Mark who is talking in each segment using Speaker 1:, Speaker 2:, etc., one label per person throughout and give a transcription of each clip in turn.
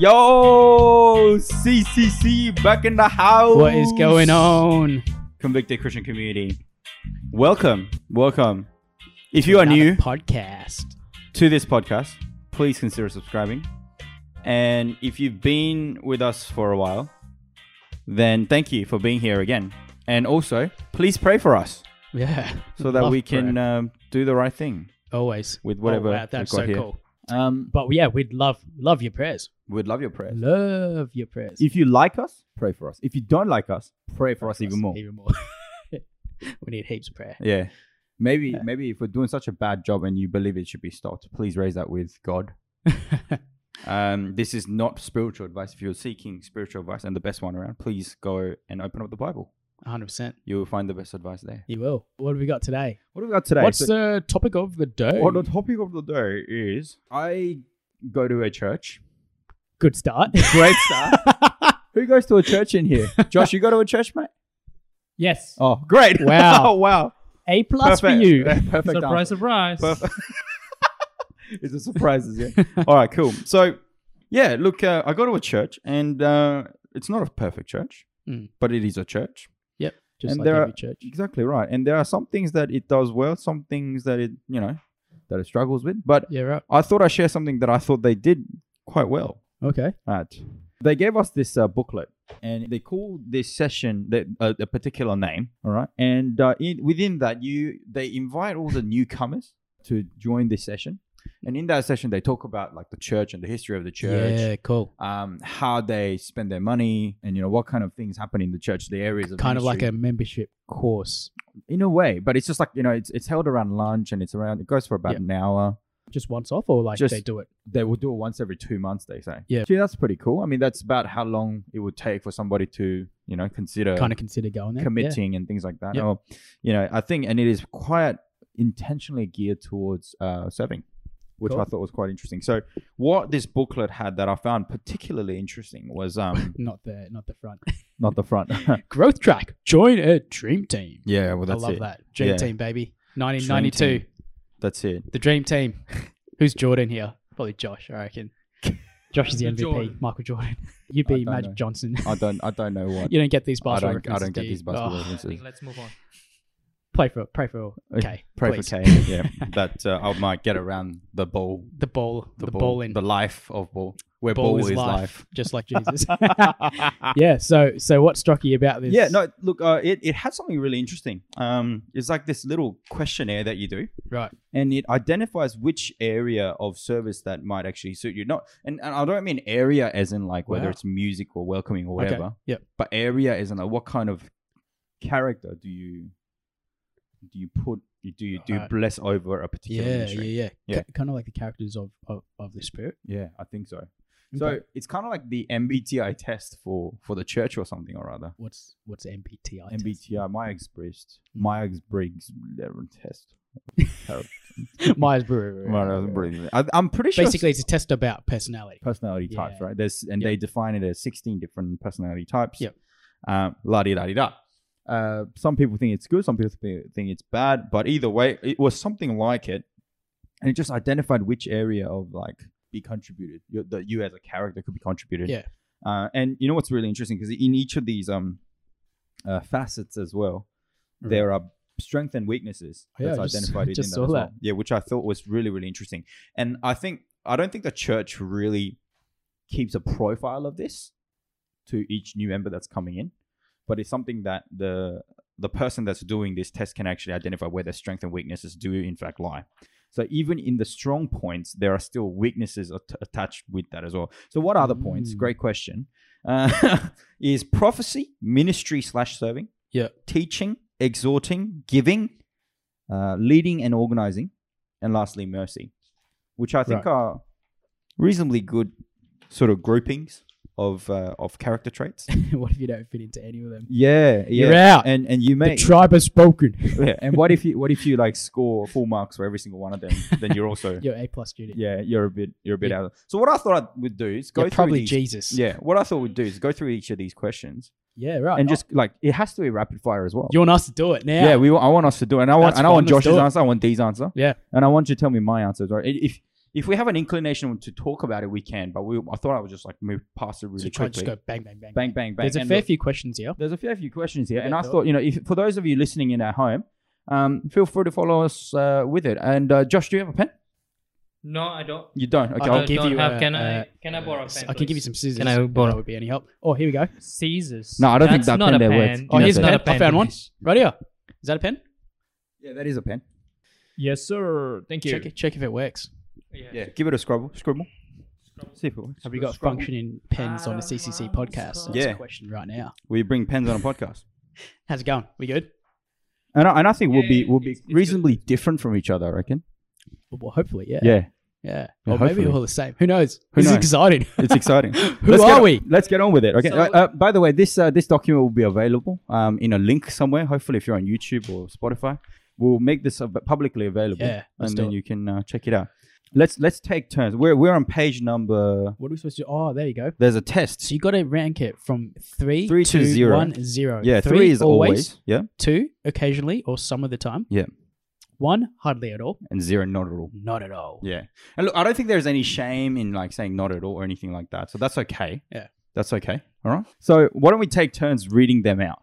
Speaker 1: Yo, CCC back in the house.
Speaker 2: What is going on?
Speaker 1: Convicted Christian community. Welcome, welcome. If you are new
Speaker 2: podcast.
Speaker 1: to this podcast, please consider subscribing. And if you've been with us for a while, then thank you for being here again. And also, please pray for us
Speaker 2: Yeah.
Speaker 1: so that
Speaker 2: Love
Speaker 1: we can
Speaker 2: prayer.
Speaker 1: um, do the right thing.
Speaker 2: always
Speaker 1: with whatever
Speaker 2: Oh, wow, that's
Speaker 1: we've
Speaker 2: so
Speaker 1: got here.
Speaker 2: cool.
Speaker 1: Um,
Speaker 2: But yeah, we'd love love your prayers.
Speaker 1: we'd love your prayers.
Speaker 2: Love your prayers.
Speaker 1: If you like us, pray for us. If you don't like us, pray for us
Speaker 2: Yes,
Speaker 1: even more.
Speaker 2: Even more. we need heaps of prayer.
Speaker 1: Yeah. Maybe
Speaker 2: Yeah.
Speaker 1: maybe if we're doing such a bad job and you believe it should be stopped, please raise that with God. um, this is not spiritual advice. If you're seeking spiritual advice and the best one around, please go and open up the Bible.
Speaker 2: 100. percent
Speaker 1: You'll find the best advice there.
Speaker 2: You will. What have we got today?
Speaker 1: What have we got today?
Speaker 2: What's
Speaker 1: So-
Speaker 2: the topic of the day?
Speaker 1: well, the topic of the day is I go to a church.
Speaker 2: Good start.
Speaker 1: Great start. Who goes to a church in here? Josh, you go to a church, mate?
Speaker 3: Yes.
Speaker 1: Oh, great.
Speaker 2: Wow.
Speaker 1: oh, wow.
Speaker 2: a plus
Speaker 1: Perfect.
Speaker 2: for you.
Speaker 1: Perfect. answer.
Speaker 3: surprise, surprise.
Speaker 1: Perfect. it's a surprise, yeah. All right, cool. So, yeah, look, uh, I go to a church, and uh, it's not a perfect church,
Speaker 2: Mm.
Speaker 1: but it is a church.
Speaker 2: Just
Speaker 1: And
Speaker 2: like
Speaker 1: there are-
Speaker 2: every church.
Speaker 1: Exactly right. And there are some things that it does well, some things that it, you know, that it struggles with. But
Speaker 2: Yeah. Right.
Speaker 1: I thought I'd share something that I thought they did quite well
Speaker 2: Okay.
Speaker 1: at. They gave us this uh, booklet, and they called this session that, uh, a particular name. All right, and uh, in, within that, you they invite all the newcomers to join this session, and in that session, they talk about like the church and the history of the church.
Speaker 2: Yeah. Cool.
Speaker 1: Um, how they spend their money, and you know what kind of things happen in the church, the areas of
Speaker 2: Kind of like
Speaker 1: ministry.
Speaker 2: a membership course.
Speaker 1: in a way, but it's just like you know, it's it's held around lunch and it's around. It goes for about
Speaker 2: Yeah.
Speaker 1: an hour.
Speaker 2: Just once off, or like
Speaker 1: Just-
Speaker 2: they do it.
Speaker 1: they will do it once every two months they say
Speaker 2: Yeah.
Speaker 1: Gee, that's pretty cool i mean that's about how long it would take for somebody to you know consider
Speaker 2: Kind of consider going there. Yeah.
Speaker 1: committing and things like that
Speaker 2: Yep.
Speaker 1: or you know i think and it is quite intentionally geared towards uh, serving which
Speaker 2: Cool.
Speaker 1: i thought was quite interesting so what this booklet had that i found particularly interesting was um
Speaker 2: Not the not the front.
Speaker 1: not the front
Speaker 2: Growth track. Join a dream team.
Speaker 1: yeah well that's
Speaker 2: I love
Speaker 1: it
Speaker 2: that. Dream
Speaker 1: Yeah.
Speaker 2: team, baby. 1992.
Speaker 1: Dream team. that's it
Speaker 2: The dream team. Who's Jordan here? Probably Josh, I reckon. Josh is the MVP.
Speaker 3: Jordan.
Speaker 2: Michael Jordan. You'd
Speaker 1: I
Speaker 2: be
Speaker 1: don't
Speaker 2: Magic
Speaker 1: know.
Speaker 2: Johnson.
Speaker 1: i don't i don't know what
Speaker 2: you don't get these
Speaker 1: i
Speaker 2: basketball
Speaker 1: don't i
Speaker 2: references,
Speaker 1: don't get
Speaker 2: do you?
Speaker 1: these basketball
Speaker 2: Oh,
Speaker 3: I
Speaker 1: references
Speaker 3: think let's move on.
Speaker 2: play for pray for
Speaker 1: Uh,
Speaker 2: K.
Speaker 1: pray
Speaker 2: please.
Speaker 1: for Kane, yeah that uh, i might get around the ball
Speaker 2: The ball. The,
Speaker 1: ball,
Speaker 2: ball in.
Speaker 1: the life of ball, where
Speaker 2: ball, is, life, just like Jesus. yeah. So so what struck you about this?
Speaker 1: yeah, no, look, uh, it it had something really interesting. Um, it's like this little questionnaire that you do,
Speaker 2: Right.
Speaker 1: and it identifies which area of service that might actually suit you. Not, and, and I don't mean area as in like whether
Speaker 2: Wow.
Speaker 1: it's music or welcoming or whatever,
Speaker 2: Okay. Yep.
Speaker 1: but area as in like what kind of character do you do you put do you do you
Speaker 2: Alright.
Speaker 1: bless over a particular
Speaker 2: Uh, Yeah, yeah,
Speaker 1: ministry?
Speaker 2: yeah,
Speaker 1: Yeah.
Speaker 2: kind of like the characters of, of, of the spirit.
Speaker 1: yeah, I think so. So it's kind of like the MBTI test for for the church or something or other.
Speaker 2: what's what's MBTI? test? Hmm.
Speaker 1: MBTI, Myers Briggs, Myers Briggs test.
Speaker 2: Myers Briggs.
Speaker 1: Myers Briggs. I'm pretty sure
Speaker 2: Basically, it's a test about personality.
Speaker 1: personality types,
Speaker 2: Yeah.
Speaker 1: right? There's and they define it as 16 different personality types.
Speaker 2: Yep.
Speaker 1: Um, la di da di da. Uh, some people think it's good, some people thi- think it's bad, but either way, it was something like it, and it just identified which area of like be contributed you- that you as a character could be contributed.
Speaker 2: Yeah.
Speaker 1: Uh, and you know what's really interesting because in each of these um uh, facets as well,
Speaker 2: Mm.
Speaker 1: there are strength and weaknesses
Speaker 2: Oh, yeah,
Speaker 1: that's
Speaker 2: I just-
Speaker 1: identified within
Speaker 2: just
Speaker 1: that
Speaker 2: saw
Speaker 1: as well.
Speaker 2: that.
Speaker 1: Yeah, which I thought was really really interesting, and I think I don't think the church really keeps a profile of this to each new member that's coming in, but it's something that the the person that's doing this test can actually identify where their strength and weaknesses do in fact lie. So even in the strong points, there are still weaknesses at- attached with that as well. So what are the points?
Speaker 2: Mm.
Speaker 1: Great question. Uh, is prophecy, ministry slash serving,
Speaker 2: Yeah.
Speaker 1: teaching, exhorting, giving, uh, leading and organizing, and lastly mercy, which I think
Speaker 2: Right.
Speaker 1: are reasonably good sort of groupings of uh, of character traits.
Speaker 2: what if you don't fit into any of them?
Speaker 1: Yeah, yeah.
Speaker 2: You're out.
Speaker 1: And and you may
Speaker 2: Uh, The tribe has spoken.
Speaker 1: yeah. And what if you what if you like score full marks for every single one of them? Then you're also
Speaker 2: You're A plus student.
Speaker 1: yeah you're a bit you're a bit
Speaker 2: Yeah.
Speaker 1: out. Of, so what I thought I would do is go
Speaker 2: You're
Speaker 1: through
Speaker 2: probably
Speaker 1: these,
Speaker 2: Jesus.
Speaker 1: yeah. What I thought we'd do is go through each of these questions
Speaker 2: Yeah, right.
Speaker 1: and just like it has to be rapid fire as well.
Speaker 2: you want us to do it now?
Speaker 1: Yeah, we. want- I want us to do, it. and I want,
Speaker 2: That's
Speaker 1: and I want
Speaker 2: fine, let's
Speaker 1: Josh's
Speaker 2: do it.
Speaker 1: answer. I want Dee's answer.
Speaker 2: Yeah.
Speaker 1: and I want you to tell me my answers. Right? If If we have an inclination to talk about it, we can. But we, I thought I would just like move past it really
Speaker 2: so try and
Speaker 1: quickly.
Speaker 2: just go bang, bang, bang.
Speaker 1: bang, bang, bang.
Speaker 2: There's a
Speaker 1: And
Speaker 2: fair
Speaker 1: look,
Speaker 2: few questions here.
Speaker 1: there's a fair few questions here, and
Speaker 2: Yeah,
Speaker 1: I
Speaker 2: go
Speaker 1: thought you know, if for those of you listening in at home, um, feel free to follow us uh, with it. And uh, Josh, do you have a pen?
Speaker 3: No, I don't.
Speaker 1: You don't. Okay,
Speaker 2: I'll
Speaker 1: I'll
Speaker 3: I
Speaker 2: give
Speaker 3: don't
Speaker 2: you
Speaker 3: have,
Speaker 2: a-
Speaker 3: can I?
Speaker 2: a-
Speaker 3: can I borrow a pen?
Speaker 2: I can give you
Speaker 3: please?
Speaker 2: some scissors.
Speaker 3: Can I borrow-
Speaker 2: That would be any help. Oh, here we go.
Speaker 3: Caesars.
Speaker 1: No, I don't think
Speaker 3: That's
Speaker 1: that
Speaker 3: not
Speaker 1: pen
Speaker 3: a
Speaker 1: there works.
Speaker 3: pen.
Speaker 1: Oh,
Speaker 2: Oh, here's a
Speaker 1: a
Speaker 3: That's
Speaker 2: pen.
Speaker 3: not
Speaker 2: I found one. Right here. Is that a pen?
Speaker 1: yeah, that is a pen.
Speaker 3: Yes, sir. Thank
Speaker 2: Check it. Check if it works.
Speaker 1: Yeah, give it a scribble, scribble. See if it works.
Speaker 2: Have we got
Speaker 1: Scribble.
Speaker 2: functioning pens on the CCC podcast? That's
Speaker 1: Yeah.
Speaker 2: the question right now.
Speaker 1: We bring pens on a podcast,
Speaker 2: How's it going? We good?
Speaker 1: and I, and I think we'll be
Speaker 3: Yeah,
Speaker 1: we'll be
Speaker 3: it's- it's good.
Speaker 1: reasonably different from each other. I reckon.
Speaker 2: Well, hopefully, yeah.
Speaker 1: Yeah,
Speaker 2: Yeah.
Speaker 1: Yeah,
Speaker 2: Or maybe
Speaker 1: hopefully.
Speaker 2: we're all the same. Who knows?
Speaker 1: Who
Speaker 2: this
Speaker 1: knows?
Speaker 2: is exciting.
Speaker 1: it's exciting.
Speaker 2: Who
Speaker 1: let's
Speaker 2: are
Speaker 1: get on-
Speaker 2: we?
Speaker 1: let's get on with it. Okay.
Speaker 3: So-
Speaker 1: uh, uh, by the way, this uh, this document will be available um, in a link somewhere. Hopefully, if you're on YouTube or Spotify, we'll make this av- publicly available,
Speaker 2: Yeah, let's
Speaker 1: and
Speaker 2: do
Speaker 1: then
Speaker 2: it.
Speaker 1: you can uh, check it out. Let's let's take turns. We're we're on page number.
Speaker 2: What are we supposed to do? Oh, there you go.
Speaker 1: There's a test.
Speaker 2: So you got to rank it from three,
Speaker 1: Three to zero.
Speaker 2: one, zero.
Speaker 1: yeah, three, is always. Yeah,
Speaker 2: Two, occasionally or some of the time.
Speaker 1: Yeah.
Speaker 2: One, hardly at all.
Speaker 1: and zero not at all.
Speaker 2: Not at all.
Speaker 1: Yeah. And look, I don't think there's any shame in like saying not at all or anything like that. So that's okay.
Speaker 2: Yeah.
Speaker 1: That's okay. All right. So why don't we take turns reading them out?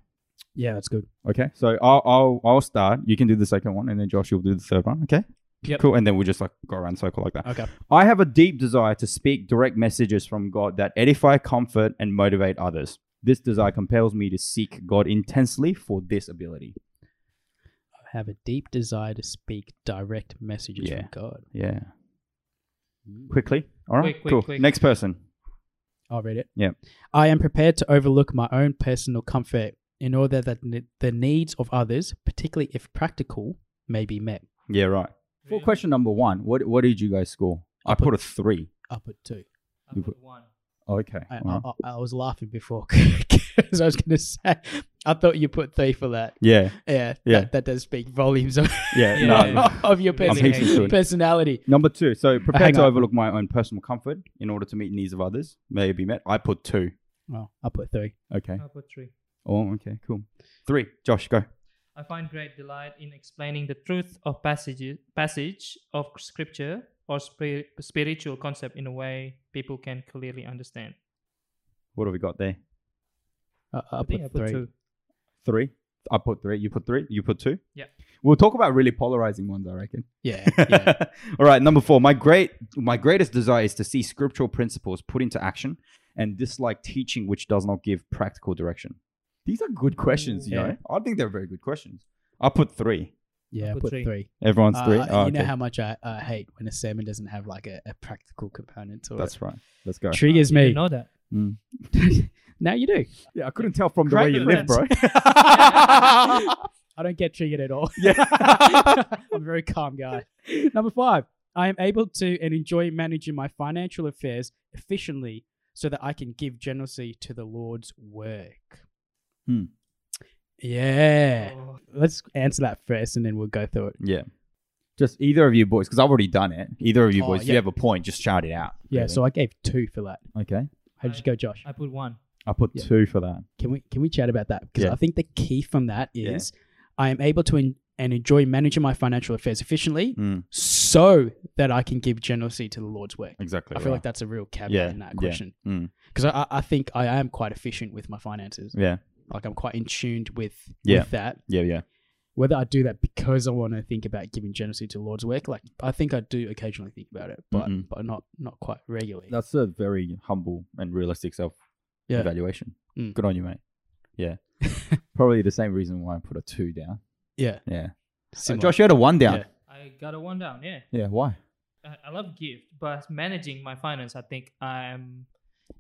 Speaker 2: Yeah, that's good.
Speaker 1: Okay. So I'll I'll, I'll start. You can do the second one, and then Josh, you'll do the third one. Okay.
Speaker 3: Yep.
Speaker 1: Cool. And then we'll just like go around circle like that.
Speaker 2: Okay.
Speaker 1: I have a deep desire to speak direct messages from God that edify, comfort, and motivate others. This desire compels me to seek God intensely for this ability.
Speaker 2: I have a deep desire to speak direct messages
Speaker 1: Yeah.
Speaker 2: from God. Mm.
Speaker 1: Yeah. Quickly. All right.
Speaker 3: Quick, quick,
Speaker 1: cool.
Speaker 3: quick.
Speaker 1: Next person.
Speaker 2: I'll read it.
Speaker 1: Yeah.
Speaker 2: I am prepared to overlook my own personal comfort in order that ne- the needs of others, particularly if practical, may be met.
Speaker 1: Yeah. Right. For question number one, what what did you guys score? I put a three.
Speaker 2: I'll put two.
Speaker 3: I put one.
Speaker 1: Okay.
Speaker 2: I,
Speaker 1: all right.
Speaker 2: I, I, I was laughing before because I was going to say, I thought you put three for that.
Speaker 1: Yeah.
Speaker 2: Yeah,
Speaker 1: Yeah.
Speaker 2: That, that does speak volumes of,
Speaker 1: Yeah.
Speaker 3: Yeah,
Speaker 1: no.
Speaker 3: yeah.
Speaker 2: of your
Speaker 3: I'm
Speaker 2: person-
Speaker 1: heaps into it.
Speaker 2: personality.
Speaker 1: Number two. So prepare
Speaker 2: hang
Speaker 1: to
Speaker 2: on.
Speaker 1: overlook my own personal comfort in order to meet needs of others. May be met. I put two.
Speaker 2: Well, I'll put three.
Speaker 1: Okay.
Speaker 3: I put three.
Speaker 1: Oh, okay. Cool. Three. Josh, go.
Speaker 3: I find great delight in explaining the truth of passages, passage of scripture or spri- spiritual concept in a way people can clearly understand.
Speaker 1: What have we got there?
Speaker 2: I, I'll
Speaker 3: I
Speaker 2: put
Speaker 3: think I
Speaker 2: three.
Speaker 3: put two.
Speaker 1: Three. I put three. You put three. You put two.
Speaker 3: Yeah.
Speaker 1: We'll talk about really polarizing ones, I reckon.
Speaker 2: Yeah, yeah.
Speaker 1: All right, number four. My great, my greatest desire is to see scriptural principles put into action, and dislike teaching which does not give practical direction. These are good questions, you
Speaker 2: Yeah.
Speaker 1: know. I think they're very good questions. I put three.
Speaker 2: yeah. I
Speaker 3: put
Speaker 2: put
Speaker 3: three.
Speaker 2: three.
Speaker 1: Everyone's
Speaker 2: Uh,
Speaker 1: three.
Speaker 2: uh,
Speaker 1: Oh,
Speaker 2: you know
Speaker 1: okay.
Speaker 2: how much I, I hate when a sermon doesn't have like a, a practical component to
Speaker 1: That's right. Let's go.
Speaker 2: it. Triggers
Speaker 3: You
Speaker 2: me.
Speaker 3: know that.
Speaker 2: now you do.
Speaker 1: Yeah, I couldn't tell from
Speaker 2: the way you live,
Speaker 1: bro.
Speaker 2: I don't get triggered at all.
Speaker 1: yeah.
Speaker 2: I'm a very calm guy. Number five, I am able to and enjoy managing my financial affairs efficiently so that I can give generously to the Lord's work.
Speaker 1: Hmm.
Speaker 2: Yeah.
Speaker 3: Oh,
Speaker 2: Let's answer that first and then we'll go through it.
Speaker 1: Yeah. Just either of you boys, because I've already done it. Either of you
Speaker 2: Oh,
Speaker 1: boys, if you
Speaker 2: yeah.
Speaker 1: have a point, just shout it out.
Speaker 2: Yeah, so I gave two for that.
Speaker 1: okay,
Speaker 2: How did you go,
Speaker 1: Uh,
Speaker 2: Josh?
Speaker 3: I put one.
Speaker 1: I put
Speaker 2: Yeah.
Speaker 1: two for that.
Speaker 2: Can we can we chat about that? Because
Speaker 1: Yeah.
Speaker 2: I think the key from that
Speaker 1: Yeah.
Speaker 2: is I am able to en- and enjoy managing my financial affairs efficiently
Speaker 1: Mm,
Speaker 2: so that I can give generously to the Lord's work.
Speaker 1: exactly.
Speaker 2: I feel
Speaker 1: right.
Speaker 2: like that's a real caveat
Speaker 1: Yeah,
Speaker 2: in that
Speaker 1: yeah.
Speaker 2: question.
Speaker 1: Mm.
Speaker 2: Because I, I think I am quite efficient with my finances.
Speaker 1: Yeah,
Speaker 2: Like I'm quite in tuned with,
Speaker 1: Mm. Yeah.
Speaker 2: with that.
Speaker 1: yeah, yeah.
Speaker 2: Whether I do that because I want to think about giving generously to the Lord's work, like I think I do occasionally think about it, but
Speaker 1: Mm-mm.
Speaker 2: but not not quite regularly.
Speaker 1: That's a very humble and realistic self
Speaker 2: Yeah.
Speaker 1: evaluation.
Speaker 2: Mm.
Speaker 1: Good on you, mate. Yeah. Probably the same reason why I put a two down.
Speaker 2: yeah.
Speaker 1: Yeah.
Speaker 2: similar.
Speaker 1: Uh, Josh, you had a one down.
Speaker 2: Yeah.
Speaker 3: I got a one down. Yeah.
Speaker 1: Yeah. why?
Speaker 3: I, I love gift, but managing my finance, I think I'm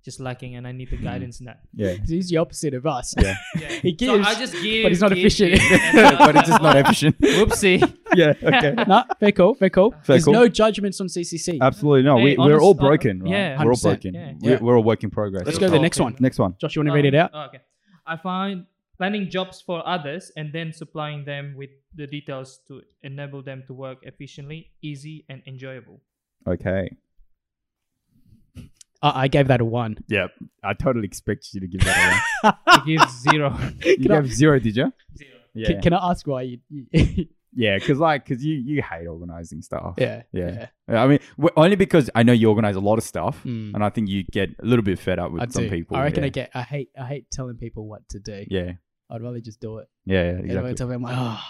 Speaker 3: just lacking, and I need the
Speaker 2: Hmm.
Speaker 3: guidance in that.
Speaker 1: Yeah.
Speaker 2: He's the opposite of us.
Speaker 1: Yeah.
Speaker 3: Yeah.
Speaker 2: He
Speaker 3: So I
Speaker 2: gives,
Speaker 3: just give,
Speaker 2: but it's not
Speaker 3: give,
Speaker 2: efficient.
Speaker 3: give, and then
Speaker 1: but it's
Speaker 3: I'm
Speaker 1: just not
Speaker 3: like,
Speaker 1: efficient.
Speaker 3: Whoopsie.
Speaker 1: yeah. Okay.
Speaker 2: no, fair call, fair call.
Speaker 1: Fair
Speaker 2: There's
Speaker 1: call. Uh,
Speaker 2: no judgments on CCC.
Speaker 1: Absolutely no. We,
Speaker 3: Hey,
Speaker 1: we're all
Speaker 3: honest- uh,
Speaker 1: broken. Right?
Speaker 3: yeah.
Speaker 1: We're all
Speaker 2: 100%.
Speaker 1: broken.
Speaker 3: Yeah.
Speaker 1: We're, we're a work in progress.
Speaker 2: Let's go to the next one.
Speaker 1: Next one.
Speaker 2: Josh, you want to read it
Speaker 3: Um,
Speaker 2: out?
Speaker 3: Okay. I find planning jobs for others and then supplying them with the details to enable them to work efficiently, easy, and enjoyable.
Speaker 1: Okay.
Speaker 2: I, I gave that a one.
Speaker 1: Yeah. I totally expect you to give that
Speaker 3: It gives zero.
Speaker 1: away. you
Speaker 2: Can I-
Speaker 1: gave zero, did you?
Speaker 3: Zero.
Speaker 1: Yeah.
Speaker 2: Can, can I ask why you, you,
Speaker 1: Yeah, because like, because you you hate organizing stuff.
Speaker 2: Yeah.
Speaker 1: Yeah. Yeah, I mean, w- only because I know you organize a lot of stuff,
Speaker 2: Mm.
Speaker 1: and I think you get a little bit fed up with
Speaker 2: I
Speaker 1: some
Speaker 2: do.
Speaker 1: people.
Speaker 2: I reckon
Speaker 1: yeah.
Speaker 2: I get. I hate. I hate telling people what to do.
Speaker 1: Yeah,
Speaker 2: I'd rather just do it.
Speaker 1: yeah, yeah,
Speaker 2: And when I
Speaker 1: exactly.
Speaker 2: tell them, I'm like, oh,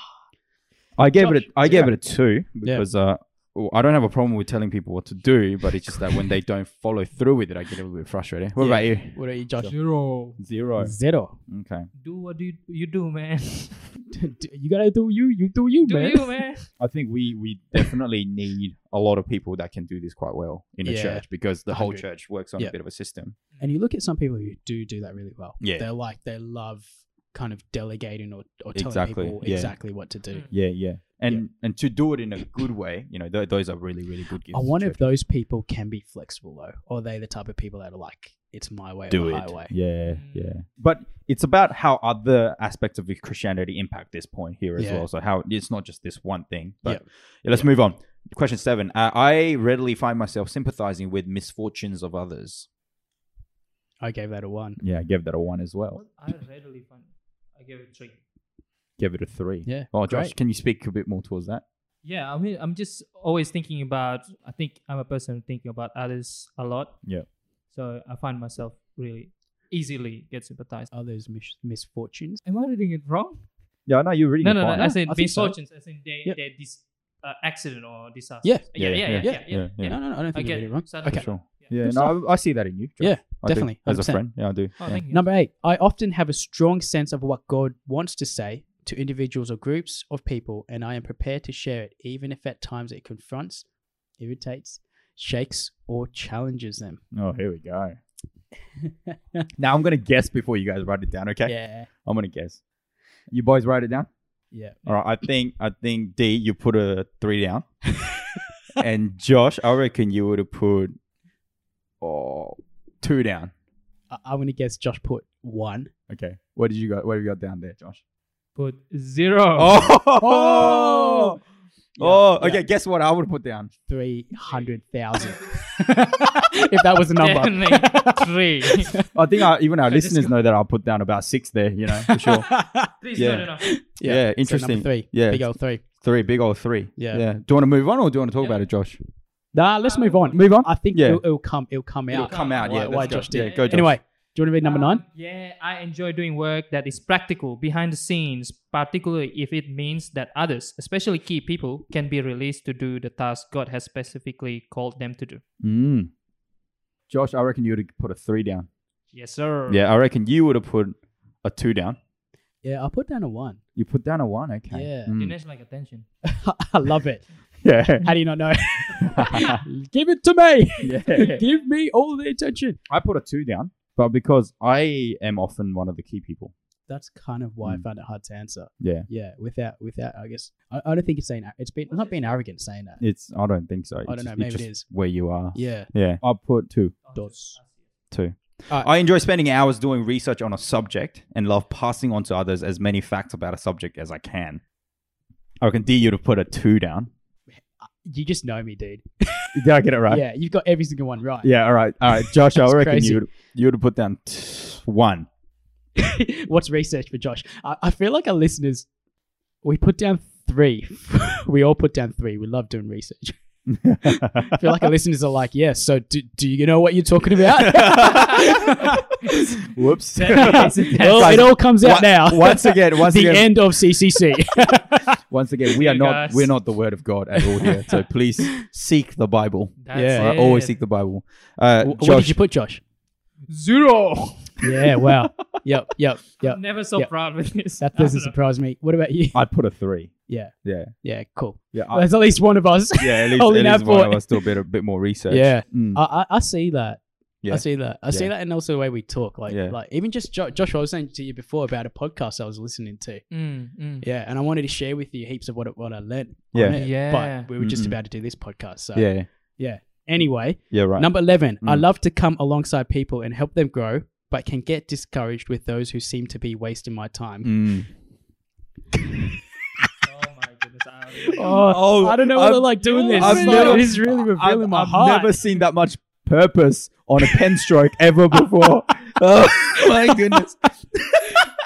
Speaker 1: I gave it.
Speaker 2: Josh,
Speaker 1: A, I gave it
Speaker 2: yeah.
Speaker 1: a two
Speaker 2: Yeah.
Speaker 1: because uh, well, I don't have a problem with telling people what to do, but it's just that when they don't follow through with it, I get a little bit frustrated. What
Speaker 2: Yeah.
Speaker 1: about you?
Speaker 2: what are you, Josh?
Speaker 1: Sure.
Speaker 2: Zero.
Speaker 1: Zero.
Speaker 2: Zero.
Speaker 1: Okay.
Speaker 3: Do what you you do, man.
Speaker 2: you gotta do you. You do you,
Speaker 3: do
Speaker 2: man.
Speaker 3: you, man?
Speaker 1: I think we we definitely need a lot of people that can do this quite well in a
Speaker 2: Yeah.
Speaker 1: church because the whole
Speaker 2: 100.
Speaker 1: church works on
Speaker 2: Yeah.
Speaker 1: a bit of a system.
Speaker 2: And you look at some people who do do that really well.
Speaker 1: Yeah.
Speaker 2: They're like they love kind of delegating or, or telling
Speaker 1: Exactly,
Speaker 2: people
Speaker 1: yeah.
Speaker 2: exactly what to do.
Speaker 3: Mm.
Speaker 1: Yeah, yeah. And and to do it in a good way, you know, th- those are really really good gifts.
Speaker 2: I
Speaker 1: to
Speaker 2: wonder if
Speaker 1: church.
Speaker 2: those people can be flexible though, or are they the type of people that are like, it's my way or the highway.
Speaker 1: Yeah,
Speaker 3: Mm.
Speaker 1: yeah. But it's about how other aspects of Christianity impact this point here as
Speaker 2: Yeah.
Speaker 1: well. So how it's not just this one thing. But
Speaker 2: Yeah.
Speaker 1: yeah, let's move on. Question seven. Uh, I readily find myself sympathizing with misfortunes of others.
Speaker 2: I gave that a one.
Speaker 1: Yeah, I gave that a one as well.
Speaker 3: Well, I readily find I give it three.
Speaker 1: Give it a three.
Speaker 2: Yeah,
Speaker 1: Oh, Josh,
Speaker 2: great.
Speaker 1: can you speak a bit more towards that?
Speaker 3: Yeah, I mean, I'm just always thinking about. I think I'm a person thinking about others a lot.
Speaker 1: Yeah.
Speaker 3: So I find myself really easily get sympathized.
Speaker 2: Are those mis- misfortunes?
Speaker 3: Am I reading it wrong?
Speaker 1: Yeah, I know you're reading
Speaker 3: No,
Speaker 1: it
Speaker 3: no, no.
Speaker 1: fine.
Speaker 3: As in
Speaker 2: I think so.
Speaker 3: misfortunes, as in they,
Speaker 2: Yeah.
Speaker 3: they dis, uh, accident or disaster.
Speaker 2: Yeah.
Speaker 3: yeah, yeah, yeah, yeah, yeah.
Speaker 1: yeah, yeah.
Speaker 2: No, no, no, I don't
Speaker 3: I
Speaker 2: think you
Speaker 3: get
Speaker 2: did
Speaker 3: it.
Speaker 2: it wrong.
Speaker 3: Suddenly.
Speaker 2: Okay.
Speaker 1: For sure.
Speaker 3: Yeah.
Speaker 1: Yeah,
Speaker 2: Good
Speaker 1: no, I, I see that in you. Josh.
Speaker 2: Yeah,
Speaker 1: I do.
Speaker 2: definitely,
Speaker 1: As a
Speaker 2: 100%.
Speaker 1: friend, yeah, I do.
Speaker 3: Oh,
Speaker 1: yeah.
Speaker 3: thank you.
Speaker 2: Number eight, I often have a strong sense of what God wants to say to individuals or groups of people, and I am prepared to share it, even if at times it confronts, irritates, shakes, or challenges them.
Speaker 1: Oh, here we go. now I'm gonna guess before you guys write it down. Okay,
Speaker 2: Yeah.
Speaker 1: I'm gonna guess. You boys write it down.
Speaker 2: Yeah.
Speaker 1: All right, I think I think D, you put a three down, and Josh, I reckon you would have put oh two down.
Speaker 2: I- I'm going to guess Josh put one.
Speaker 1: Okay, what did you got? What have you got down there, Josh?
Speaker 3: Put zero.
Speaker 1: Oh,
Speaker 2: Oh!
Speaker 1: oh,
Speaker 2: Yeah,
Speaker 1: okay.
Speaker 2: yeah.
Speaker 1: Guess what I would put down.
Speaker 2: 300,000. if that was a number.
Speaker 3: Definitely three.
Speaker 1: I think our, even our
Speaker 3: Okay, just
Speaker 1: listeners know that I'll put down about six there. You know, for sure.
Speaker 3: Three is
Speaker 1: Yeah.
Speaker 3: not enough.
Speaker 1: yeah,
Speaker 2: So
Speaker 1: interesting.
Speaker 2: number three.
Speaker 1: Yeah.
Speaker 2: Big old three.
Speaker 1: Three, big old three.
Speaker 2: Yeah.
Speaker 1: yeah. Do you want to move on or do you want to talk
Speaker 3: Yeah.
Speaker 1: about it, Josh?
Speaker 2: Nah, let's
Speaker 3: Uh,
Speaker 2: move on.
Speaker 1: Move on.
Speaker 2: I think
Speaker 1: Yeah.
Speaker 2: it'll, it'll come. It'll come
Speaker 1: It'll
Speaker 2: out.
Speaker 1: come out.
Speaker 2: Why-
Speaker 1: yeah,
Speaker 2: why
Speaker 1: let's go.
Speaker 2: Josh did
Speaker 1: Yeah,
Speaker 2: it.
Speaker 1: go, Josh.
Speaker 2: Anyway, do you want to read number nine?
Speaker 3: Um, Yeah, I enjoy doing work that is practical, behind the scenes, particularly if it means that others, especially key people, can be released to do the task God has specifically called them to do.
Speaker 1: Mm. Josh, I reckon you would have put a three down.
Speaker 3: Yes, sir.
Speaker 1: Yeah, I reckon you would have put a two down.
Speaker 2: Yeah, I put down a one.
Speaker 1: You put down a one, okay?
Speaker 2: Yeah.
Speaker 1: Mm.
Speaker 3: Dinesh like attention.
Speaker 2: I love it.
Speaker 1: Yeah.
Speaker 2: How do you not know? Give it to me.
Speaker 1: yeah.
Speaker 2: Give me all the attention.
Speaker 1: I put a two down, but because I am often one of the key people.
Speaker 2: That's kind of why I
Speaker 1: Mm.
Speaker 2: found it hard to answer.
Speaker 1: Yeah.
Speaker 2: Yeah, without without I guess I, I don't think it's saying it's been it's not being arrogant saying that.
Speaker 1: It's I don't think so. I
Speaker 2: don't know, maybe it is.
Speaker 1: where you are.
Speaker 2: Yeah.
Speaker 1: Yeah. I put two.
Speaker 3: Oh,
Speaker 2: Dots.
Speaker 1: Two.
Speaker 2: Alright.
Speaker 1: I enjoy spending hours doing research on a subject and love passing on to others as many facts about a subject as I can. I reckon D, you'd have put a two down.
Speaker 2: You just know me, dude.
Speaker 1: Did I get it right?
Speaker 2: Yeah, you've got every single one right.
Speaker 1: Yeah, all right, all right, Josh. I
Speaker 2: That's
Speaker 1: reckon
Speaker 2: crazy.
Speaker 1: you you would have put down t- one.
Speaker 2: What's research for Josh? I, I feel like our listeners we put down three. we all put down three. We love doing research. I feel like our listeners are like, yeah, so do, do you know what you're talking about?
Speaker 1: Whoops.
Speaker 2: Well,
Speaker 1: Guys,
Speaker 2: it all comes out
Speaker 1: on-
Speaker 2: now.
Speaker 1: once again, once
Speaker 2: the
Speaker 1: again,
Speaker 2: end of CCC.
Speaker 1: once again, we are
Speaker 3: You
Speaker 1: not
Speaker 3: guys.
Speaker 1: we're not the word of God at all here. So please seek the Bible.
Speaker 3: That's
Speaker 2: Yeah.
Speaker 1: Uh, always
Speaker 3: it.
Speaker 1: seek the Bible. Uh,
Speaker 2: Wh- what did
Speaker 1: Josh,
Speaker 2: you put, Josh?
Speaker 3: Zero.
Speaker 2: Yeah, wow. yep, yep, yep.
Speaker 3: I'm never so
Speaker 2: Yep.
Speaker 3: proud with this.
Speaker 2: That
Speaker 3: I don't
Speaker 2: doesn't
Speaker 3: know.
Speaker 2: surprise me. What about you?
Speaker 1: I'd put a three.
Speaker 2: Yeah,
Speaker 1: Yeah,
Speaker 2: yeah, cool.
Speaker 1: yeah,
Speaker 2: Well,
Speaker 1: I, Mm.
Speaker 2: There's at least one of us.
Speaker 1: yeah. At least,
Speaker 2: Holding
Speaker 1: at
Speaker 2: that
Speaker 1: least one
Speaker 2: thought.
Speaker 1: of us do a bit, a bit more research.
Speaker 2: Yeah.
Speaker 1: Mm.
Speaker 2: I, I, I see that. I
Speaker 1: Yeah.
Speaker 2: see that. I see
Speaker 1: Yeah.
Speaker 2: that, and also the way we talk. Like,
Speaker 1: Yeah.
Speaker 2: like even just jo- Josh, I was saying to you before about a podcast I was listening to.
Speaker 3: Mm, mm.
Speaker 2: Yeah, and I wanted to share with you heaps of what I- what I learned. on
Speaker 1: Yeah.
Speaker 2: it,
Speaker 3: Yeah.
Speaker 2: but we were just
Speaker 1: Mm-mm.
Speaker 2: about to do this podcast. So
Speaker 1: yeah,
Speaker 2: Anyway,
Speaker 1: yeah. Right.
Speaker 2: Number 11, I
Speaker 1: Mm.
Speaker 2: love to come alongside people and help them grow, but can get discouraged with those who seem to be wasting my time.
Speaker 1: Mm.
Speaker 3: Oh my goodness. I don't know.
Speaker 1: Oh,
Speaker 2: I don't know
Speaker 1: I've-
Speaker 2: whether I like doing this.
Speaker 1: I've
Speaker 2: It's
Speaker 1: never-
Speaker 2: like, this is really revealing
Speaker 1: I've,
Speaker 2: my
Speaker 1: I've
Speaker 2: heart.
Speaker 1: never seen that much purpose on a pen stroke ever before. oh my goodness.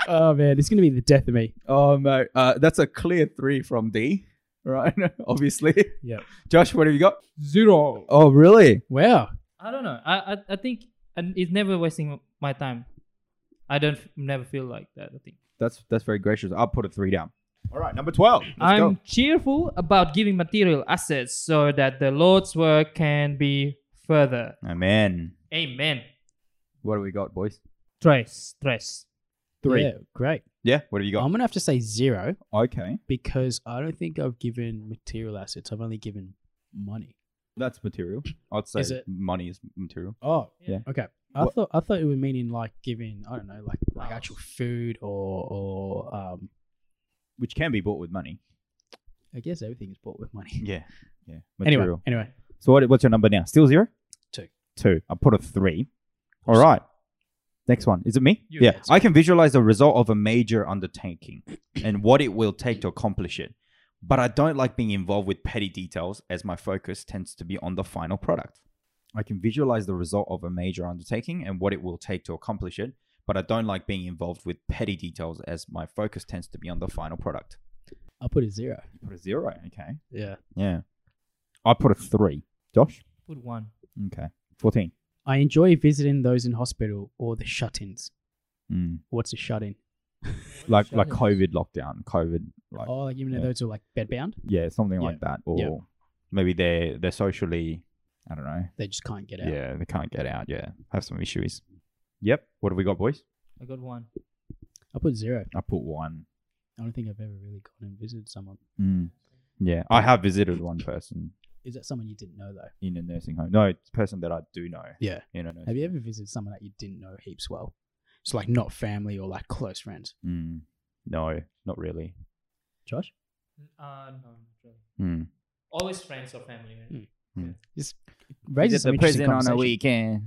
Speaker 2: Oh man, it's gonna be the death of me.
Speaker 1: Oh no, uh, that's a clear three from D, right? Obviously.
Speaker 2: Yeah.
Speaker 1: Josh, what have you got?
Speaker 3: Zero.
Speaker 1: Oh, really?
Speaker 2: Wow.
Speaker 3: I don't know. I I, I think and it's never wasting my time. I don't f- never feel like that. I think
Speaker 1: That's that's very gracious. I'll put a three down. All right, number twelve. Let's
Speaker 3: I'm
Speaker 1: go.
Speaker 3: cheerful about giving material assets so that the Lord's work can be further.
Speaker 1: Amen.
Speaker 3: Amen.
Speaker 1: What do we got, boys?
Speaker 3: Tres, tres.
Speaker 1: Three.
Speaker 2: Yeah, great.
Speaker 1: Yeah. What have you got?
Speaker 2: I'm gonna have to say zero
Speaker 1: okay,
Speaker 2: because I don't think I've given material assets. I've only given money.
Speaker 1: that's material. I'd say
Speaker 2: Is it-
Speaker 1: money is material.
Speaker 2: Oh,
Speaker 1: Yeah.
Speaker 2: Okay. I
Speaker 1: What-
Speaker 2: thought I thought it would mean in like giving I don't know like like
Speaker 3: Wow.
Speaker 2: actual food or or um
Speaker 1: which can be bought with money.
Speaker 2: I guess everything is bought with money.
Speaker 1: Yeah, yeah.
Speaker 2: Anyway,
Speaker 1: Material.
Speaker 2: anyway,
Speaker 1: So what, what's your number now? Still zero?
Speaker 2: Two.
Speaker 1: Two. I put a three. All right. Next one. Is it me?
Speaker 3: You.
Speaker 1: yeah. I can visualize the result of a major undertaking and what it will take to accomplish it. But I don't like being involved with petty details as my focus tends to be on the final product. I can visualize the result of a major undertaking and what it will take to accomplish it, but I don't like being involved with petty details as my focus tends to be on the final product.
Speaker 2: I'll put a zero.
Speaker 1: You put a zero. Okay.
Speaker 2: Yeah.
Speaker 1: Yeah. I put a three. Josh?
Speaker 3: Put one.
Speaker 1: Okay. 14.
Speaker 2: I enjoy visiting those in hospital or the shut-ins.
Speaker 1: Mm.
Speaker 2: What's a shut-in?
Speaker 1: Like like COVID lockdown, COVID like
Speaker 2: oh, like even though
Speaker 1: yeah.
Speaker 2: those are like bedbound,
Speaker 1: yeah, something like that, or
Speaker 2: Yeah.
Speaker 1: maybe they're they're socially, I don't know,
Speaker 2: they just can't get
Speaker 1: yeah.
Speaker 2: out.
Speaker 1: they can't get out, yeah, have some issues. Yep. What have we got, boys?
Speaker 3: I got one.
Speaker 2: I put zero.
Speaker 1: I put one.
Speaker 2: I don't think I've ever really gone and visited someone.
Speaker 1: Mm. Yeah, I have visited one person
Speaker 2: Is that someone you didn't know though?
Speaker 1: in a nursing home. No, it's a person that I do know.
Speaker 2: Yeah.
Speaker 1: You know.
Speaker 2: Have you ever visited someone that you didn't know heaps well? It's like not family or like close friends.
Speaker 1: Mm. No, not really.
Speaker 2: Josh,
Speaker 3: Uh, no, not really.
Speaker 1: Mm.
Speaker 3: Always friends or family. man.
Speaker 2: Hmm.
Speaker 1: Hmm.
Speaker 2: just raises some
Speaker 1: prison
Speaker 2: interesting
Speaker 1: on a
Speaker 2: conversation.
Speaker 1: weekend.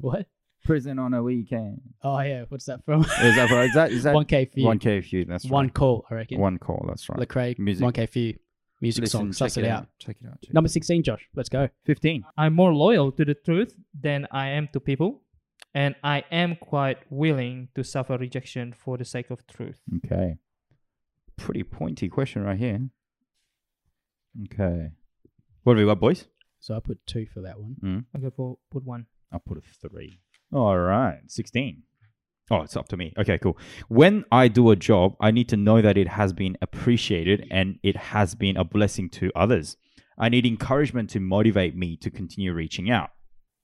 Speaker 2: What?
Speaker 1: Prison on a weekend.
Speaker 2: Oh yeah, what's that from?
Speaker 1: Is that right? Is that is that
Speaker 2: One K for you.
Speaker 1: One K feud. That's
Speaker 2: One
Speaker 1: right.
Speaker 2: call, I reckon.
Speaker 1: One call. That's right.
Speaker 2: Lecrae,
Speaker 1: Music.
Speaker 2: one K for you. Music song, suss it, out.
Speaker 1: Check it out. check it
Speaker 2: Number
Speaker 1: out.
Speaker 2: sixteen, Josh. Let's go.
Speaker 1: fifteen.
Speaker 3: I'm more loyal to the truth than I am to people, and I am quite willing to suffer rejection for the sake of truth.
Speaker 1: Okay. Pretty pointy question right here. Okay. What have we got, boys?
Speaker 2: So I put two for that one.
Speaker 3: I got for put one.
Speaker 1: I'll put a three. All right. 16. Oh, it's up to me. Okay, cool. When I do a job, I need to know that it has been appreciated and it has been a blessing to others. I need encouragement to motivate me to continue reaching out.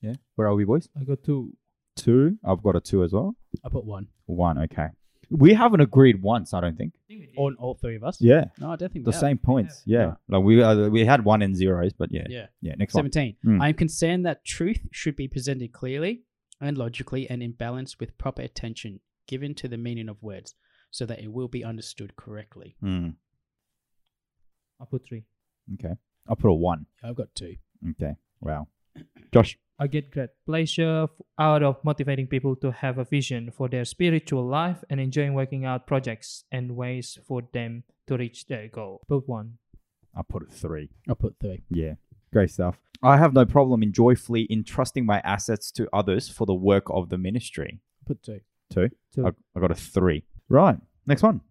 Speaker 1: Yeah. Where are we, boys?
Speaker 3: I got two.
Speaker 1: Two. I've got a two as well.
Speaker 2: I put one
Speaker 1: One. Okay. We haven't agreed once, I don't think.
Speaker 2: on all three of us.
Speaker 1: Yeah.
Speaker 2: No, I don't think
Speaker 1: The
Speaker 2: we have.
Speaker 1: same points. Yeah. Like we uh, we had one and zeros, but yeah. Yeah.
Speaker 2: Yeah.
Speaker 1: next one.
Speaker 2: Seventeen.
Speaker 3: Hmm.
Speaker 1: Mm.
Speaker 2: I am concerned that truth should be presented clearly and logically and in balance with proper attention given to the meaning of words, so that it will be understood correctly.
Speaker 1: Mm,
Speaker 3: I put three.
Speaker 1: Hmm, okay. I'll put a one.
Speaker 2: I've got two.
Speaker 1: Okay. Wow. Josh.
Speaker 3: I get great pleasure f- out of motivating people to have a vision for their spiritual life and enjoying working out projects and ways for them to reach their goal. Put one.
Speaker 1: I'll put a three.
Speaker 2: I put three.
Speaker 1: Yeah. Great stuff. I have no problem in joyfully entrusting my assets to others for the work of the ministry.
Speaker 2: I put two.
Speaker 1: Two.
Speaker 3: Two.
Speaker 2: Uh,
Speaker 1: I, I got a three. Right. Next one.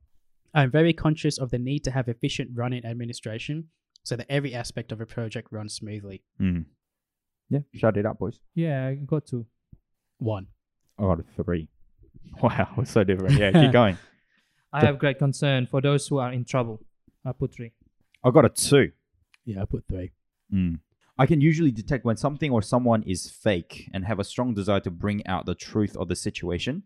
Speaker 2: I am very conscious of the need to have efficient running administration so that every aspect of a project runs smoothly.
Speaker 1: Mm. Yeah. Shut it up, boys.
Speaker 3: Yeah, I got two.
Speaker 2: One.
Speaker 1: I got a three. Wow. It's so different. Yeah. Keep going.
Speaker 3: I have great concern for those who are in trouble. I put three.
Speaker 1: I got a two.
Speaker 2: Yeah, I put three.
Speaker 1: Mm. I can usually detect when something or someone is fake and have a strong desire to bring out the truth of the situation,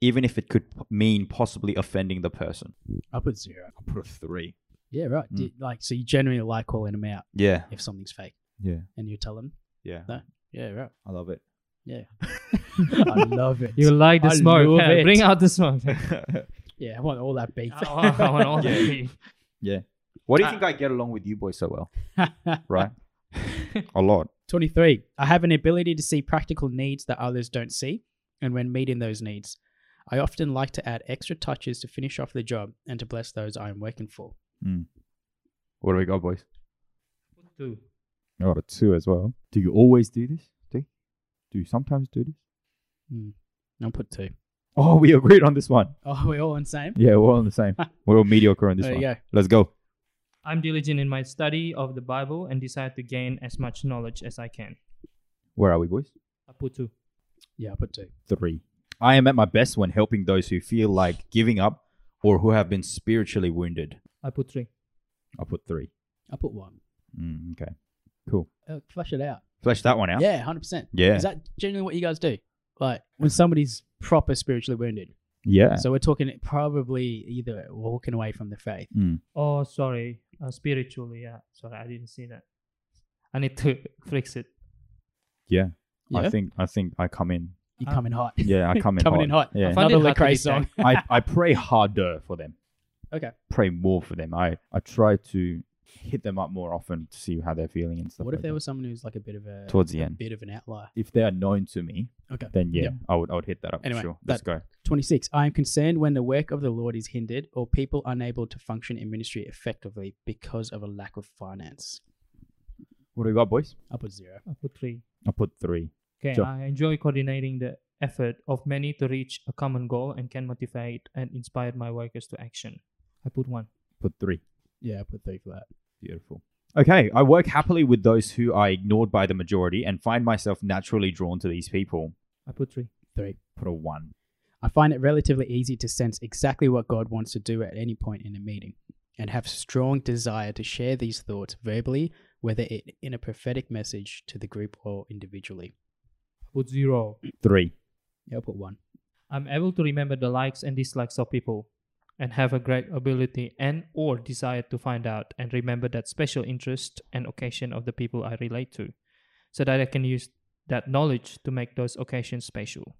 Speaker 1: even if it could p- mean possibly offending the person.
Speaker 2: I put zero.
Speaker 1: I'll put a three.
Speaker 2: Yeah, right.
Speaker 3: Hmm.
Speaker 1: Mm.
Speaker 2: Do you- like, so you generally like calling them out
Speaker 1: Yeah.
Speaker 2: if something's fake,
Speaker 1: Yeah.
Speaker 2: and you tell them,
Speaker 1: Yeah.
Speaker 2: yeah, right.
Speaker 1: I love it.
Speaker 2: Yeah. I love it.
Speaker 3: You like the
Speaker 2: I
Speaker 3: smoke?
Speaker 2: love
Speaker 3: huh?
Speaker 2: it.
Speaker 3: Bring out the smoke.
Speaker 2: yeah, I want all that beef.
Speaker 3: I want- I want all
Speaker 1: Yeah.
Speaker 3: three.
Speaker 1: Why do you
Speaker 2: Uh,
Speaker 1: think I get along with you boys so well? Right? a lot.
Speaker 2: 23. I have an ability to see practical needs that others don't see, and when meeting those needs, I often like to add extra touches to finish off the job and to bless those I am working for.
Speaker 1: What do we got, boys?
Speaker 3: Two.
Speaker 1: I got a two as well. Do you always do this? Do you, do you sometimes do this?
Speaker 2: I'll put two.
Speaker 1: Oh, Oh, we agreed on this one.
Speaker 2: Oh, we're all on same.
Speaker 1: Yeah, we're all on the same. We're all mediocre on this
Speaker 2: There
Speaker 1: one.
Speaker 2: you go.
Speaker 1: Let's go.
Speaker 3: I'm diligent in my study of the Bible and decide to gain as much knowledge as I can.
Speaker 1: Where are we, boys?
Speaker 3: I put two.
Speaker 2: Yeah, I put two.
Speaker 1: Three. I am at my best when helping those who feel like giving up or who have been spiritually wounded.
Speaker 3: I put three.
Speaker 1: I'll put three.
Speaker 2: I put one.
Speaker 1: Mm, okay. Cool.
Speaker 2: Uh, flush it out.
Speaker 1: Flesh that one out.
Speaker 2: Yeah, hundred percent.
Speaker 1: Yeah.
Speaker 2: Is that generally what you guys do? Like when somebody's proper spiritually wounded.
Speaker 1: Yeah.
Speaker 2: So we're talking probably either walking away from the faith.
Speaker 1: Mm.
Speaker 3: Oh, sorry. Uh, spiritually, yeah. Sorry, I didn't see that. I need to fix it.
Speaker 1: Yeah.
Speaker 2: Yeah?
Speaker 1: I think I think I come in.
Speaker 2: You
Speaker 3: Uh,
Speaker 2: come in hot.
Speaker 1: Yeah, I come in.
Speaker 2: Coming
Speaker 1: hard.
Speaker 2: in hot.
Speaker 1: Yeah.
Speaker 3: Find
Speaker 2: Not
Speaker 3: it
Speaker 2: a Le
Speaker 3: hard to
Speaker 2: Cray
Speaker 3: detect.
Speaker 2: song.
Speaker 1: I, I pray harder for them.
Speaker 2: Okay.
Speaker 1: Pray more for them. I, I try to hit them up more often to see how they're feeling and stuff.
Speaker 2: What if
Speaker 1: like
Speaker 2: there
Speaker 1: that.
Speaker 2: was someone who's like a bit of a
Speaker 1: towards the
Speaker 2: a
Speaker 1: end?
Speaker 2: bit of an outlier?
Speaker 1: If they are known to me,
Speaker 2: Okay.
Speaker 1: then yeah,
Speaker 2: Yep.
Speaker 1: I would I would hit that up. for
Speaker 2: Anyway,
Speaker 1: sure. Let's go.
Speaker 2: 26. I am concerned when the work of the Lord is hindered or people unable to function in ministry effectively because of a lack of finance.
Speaker 1: What do we got, boys?
Speaker 2: I put zero.
Speaker 3: I put three.
Speaker 1: I put three.
Speaker 3: Okay,
Speaker 1: Sure.
Speaker 3: I enjoy coordinating the effort of many to reach a common goal and can motivate and inspire my workers to action. I put one.
Speaker 1: Put three.
Speaker 2: Yeah, I put three for that.
Speaker 1: Beautiful. Okay, I work happily with those who are ignored by the majority and find myself naturally drawn to these people.
Speaker 3: I put three.
Speaker 2: Three.
Speaker 1: Put a one.
Speaker 2: I find it relatively easy to sense exactly what God wants to do at any point in a meeting and have strong desire to share these thoughts verbally, whether it in a prophetic message to the group or individually.
Speaker 3: I put zero.
Speaker 1: Three.
Speaker 2: Yeah, I put one.
Speaker 3: I'm able to remember the likes and dislikes of people and have a great ability and or desire to find out and remember that special interest and occasion of the people I relate to so that I can use that knowledge to make those occasions special.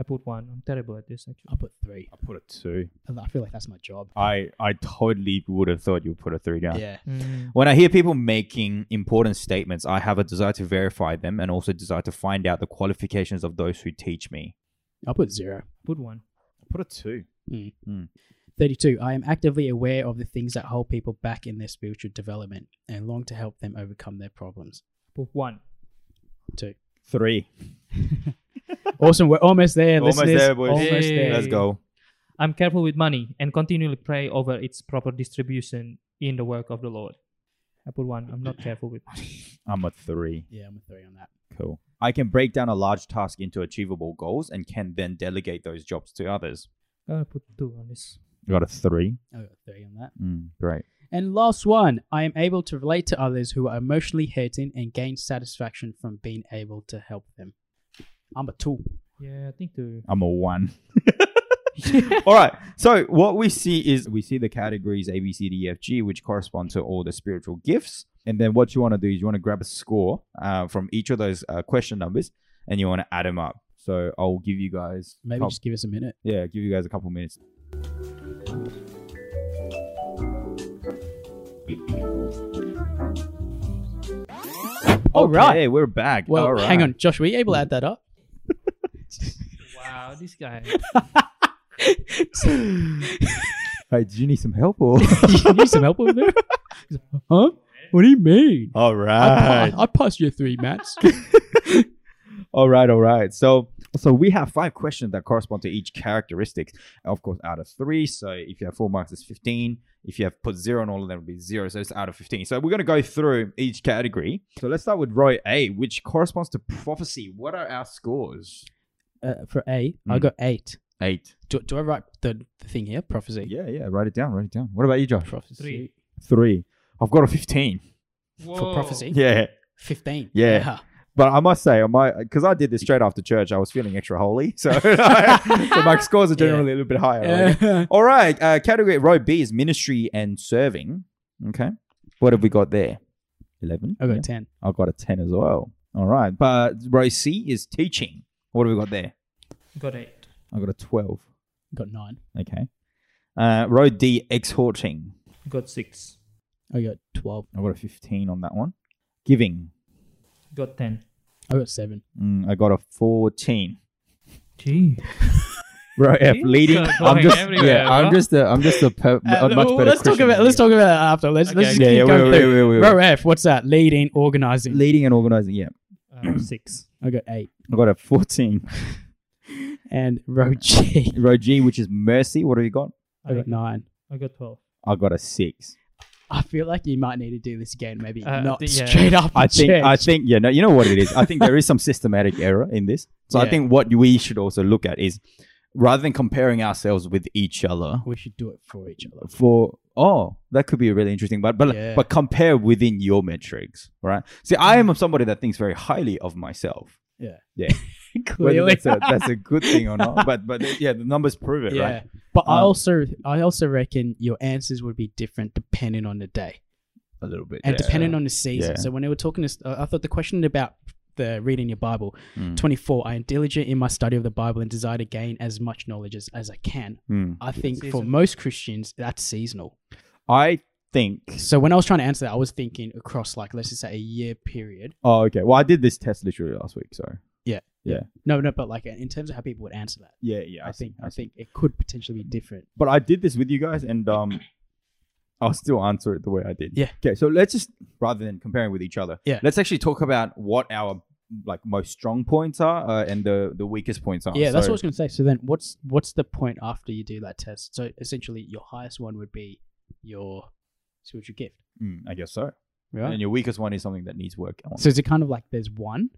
Speaker 3: I put one. I'm terrible at this actually.
Speaker 2: I put three.
Speaker 1: I put a two.
Speaker 2: I feel like that's my job.
Speaker 1: I, I totally would have thought you would put a three down.
Speaker 2: yeah.
Speaker 3: Mm.
Speaker 1: When I hear people making important statements, I have a desire to verify them and also desire to find out the qualifications of those who teach me.
Speaker 2: I put zero.
Speaker 3: Put one.
Speaker 1: Put a two. Mm.
Speaker 2: 32. Mm. I am actively aware of the things that hold people back in their spiritual development and long to help them overcome their problems.
Speaker 3: Put one.
Speaker 2: Two.
Speaker 1: Three.
Speaker 2: awesome. We're almost there.
Speaker 1: Almost
Speaker 2: listeners.
Speaker 1: there, boys.
Speaker 2: Almost
Speaker 3: Yay.
Speaker 2: there.
Speaker 1: Let's go.
Speaker 3: I'm careful with money and continually pray over its proper distribution in the work of the Lord. I put one. I'm not careful with money.
Speaker 1: I'm a three.
Speaker 2: Yeah, I'm a three on that.
Speaker 1: Cool. I can break down a large task into achievable goals and can then delegate those jobs to others.
Speaker 3: I put two on this.
Speaker 1: Got a three.
Speaker 2: I got a three on that.
Speaker 1: Mm, great.
Speaker 2: And last one. I am able to relate to others who are emotionally hurting and gain satisfaction from being able to help them. I'm a two.
Speaker 3: Yeah, I think two.
Speaker 1: I'm a one. all right. So what we see is we see the categories A, B, C, D, E, F, G, which correspond to all the spiritual gifts. And then what you want to do is you want to grab a score uh, from each of those uh, question numbers, and you want to add them up. So I'll give you guys
Speaker 2: Maybe
Speaker 1: couple-
Speaker 2: just give us a minute.
Speaker 1: yeah, give you guys a couple minutes.
Speaker 2: All right.
Speaker 1: Okay, we're back.
Speaker 2: Well,
Speaker 1: All right.
Speaker 2: hang on. Josh, were you able to add that up?
Speaker 3: Wow, this guy.
Speaker 1: Hey, did you need some help or?
Speaker 2: you need some help over there? He's like, huh? What do you mean?
Speaker 1: all
Speaker 2: I,
Speaker 1: right.
Speaker 2: pa- I passed you three, Matt.
Speaker 1: All right, all right. So, so we have five questions that correspond to each characteristic. Of course, out of three. So, if you have four marks, it's fifteen. If you have put zero on all of them, it'll be zero. So it's out of fifteen. So we're gonna go through each category. So let's start with row A, which corresponds to prophecy. What are our scores?
Speaker 2: uh, for A, I
Speaker 1: Mm.
Speaker 2: got eight.
Speaker 1: Eight.
Speaker 2: Do, do I write the, the thing here? Prophecy.
Speaker 1: Yeah, yeah. Write it down. Write it down. What about you, Josh?
Speaker 2: Prophecy.
Speaker 3: Three.
Speaker 1: Three. I've got a fifteen.
Speaker 3: Whoa.
Speaker 2: For prophecy.
Speaker 1: Yeah.
Speaker 2: 15.
Speaker 1: Yeah. But I must say, my because I did this straight after church, I was feeling extra holy, so, so my scores are generally a little bit higher. I reckon.
Speaker 2: Yeah.
Speaker 1: All right. Uh, category row B is ministry and serving. Okay. What have we got there? 11.
Speaker 2: I got
Speaker 1: Yeah.
Speaker 2: 10.
Speaker 1: I've got a 10 as well. All right. But row C is teaching. What have we got there?
Speaker 3: Got eight.
Speaker 1: I've got a 12.
Speaker 2: Got 9.
Speaker 1: Okay. Uh, row D, exhorting.
Speaker 3: Got six.
Speaker 2: I got 12.
Speaker 1: I've got a 15 on that one. Giving.
Speaker 3: Got ten.
Speaker 2: I got 7.
Speaker 1: Mm, I got a 14.
Speaker 3: Gee.
Speaker 1: Row F,
Speaker 3: Jeez,
Speaker 1: leading.
Speaker 3: you're
Speaker 1: I'm
Speaker 3: going
Speaker 1: just
Speaker 3: everywhere,
Speaker 1: yeah. I'm
Speaker 3: bro.
Speaker 1: just a I'm just a, per, a much better.
Speaker 2: Uh, let's talk
Speaker 1: Christian
Speaker 2: about
Speaker 1: than
Speaker 2: let's
Speaker 1: you.
Speaker 2: talk about that after. Let's,
Speaker 3: Okay,
Speaker 2: let's just
Speaker 1: Yeah,
Speaker 2: keep
Speaker 1: yeah.
Speaker 2: going
Speaker 1: Wait, wait,
Speaker 2: through.
Speaker 1: wait, wait, wait.
Speaker 2: Row F, what's that? Leading, organizing.
Speaker 1: Leading and organizing. Yeah.
Speaker 3: Uh, six.
Speaker 2: I got 8.
Speaker 1: I got a 14.
Speaker 2: and row G.
Speaker 1: Row G, which is mercy. What have you got?
Speaker 2: I got nine.
Speaker 3: I got 12.
Speaker 1: I got a six.
Speaker 2: I feel like you might need to do this again, maybe
Speaker 3: Uh,
Speaker 2: not
Speaker 3: th- yeah.
Speaker 2: straight up.
Speaker 1: I think. I
Speaker 2: church.
Speaker 1: think. Yeah. No. You know what it is. I think there is some systematic error in this. So I
Speaker 2: Yeah.
Speaker 1: think what we should also look at is rather than comparing ourselves with each other
Speaker 2: we should do it for each other.
Speaker 1: for oh that could be really interesting but but
Speaker 2: Yeah.
Speaker 1: but compare within your metrics right see i am somebody that thinks very highly of myself whether
Speaker 2: Clearly,
Speaker 1: that's a, that's a good thing or not but but yeah the numbers prove it
Speaker 2: yeah.
Speaker 1: right
Speaker 2: But I
Speaker 1: Um,
Speaker 2: also, I also reckon your answers would be different depending on the day.
Speaker 1: a little bit
Speaker 2: and depending on the season.
Speaker 1: Yeah.
Speaker 2: So when they were talking, to, s- uh, I thought the question about the reading your Bible,
Speaker 1: Mm.
Speaker 2: 24, I am diligent in my study of the Bible and desire to gain as much knowledge as, as I can.
Speaker 1: Mm.
Speaker 2: I think for
Speaker 3: Seasonal.
Speaker 2: most Christians, that's seasonal.
Speaker 1: i think
Speaker 2: So when I was trying to answer that, I was thinking across like, let's just say a year period.
Speaker 1: oh okay well i did this test literally last week so
Speaker 2: No, no, but like in terms of how people would answer that,
Speaker 1: yeah yeah
Speaker 2: I,
Speaker 1: see,
Speaker 2: think,
Speaker 1: see.
Speaker 2: I think it could potentially be different.
Speaker 1: but I did this with you guys, and um, I'll still answer it the way I did.
Speaker 2: Yeah.
Speaker 1: Okay, so let's just rather than comparing with each other,
Speaker 2: Yeah.
Speaker 1: let's actually talk about what our like most strong points are uh, and the the weakest points are.
Speaker 2: yeah, that's what I
Speaker 1: So-
Speaker 2: was going to say. So then what's, what's the point after you do that test? So essentially your highest one would be your spiritual gift,
Speaker 1: Mm, I guess so.
Speaker 2: right?
Speaker 1: And your weakest one is something that needs work on.
Speaker 2: So is it kind of like there's one,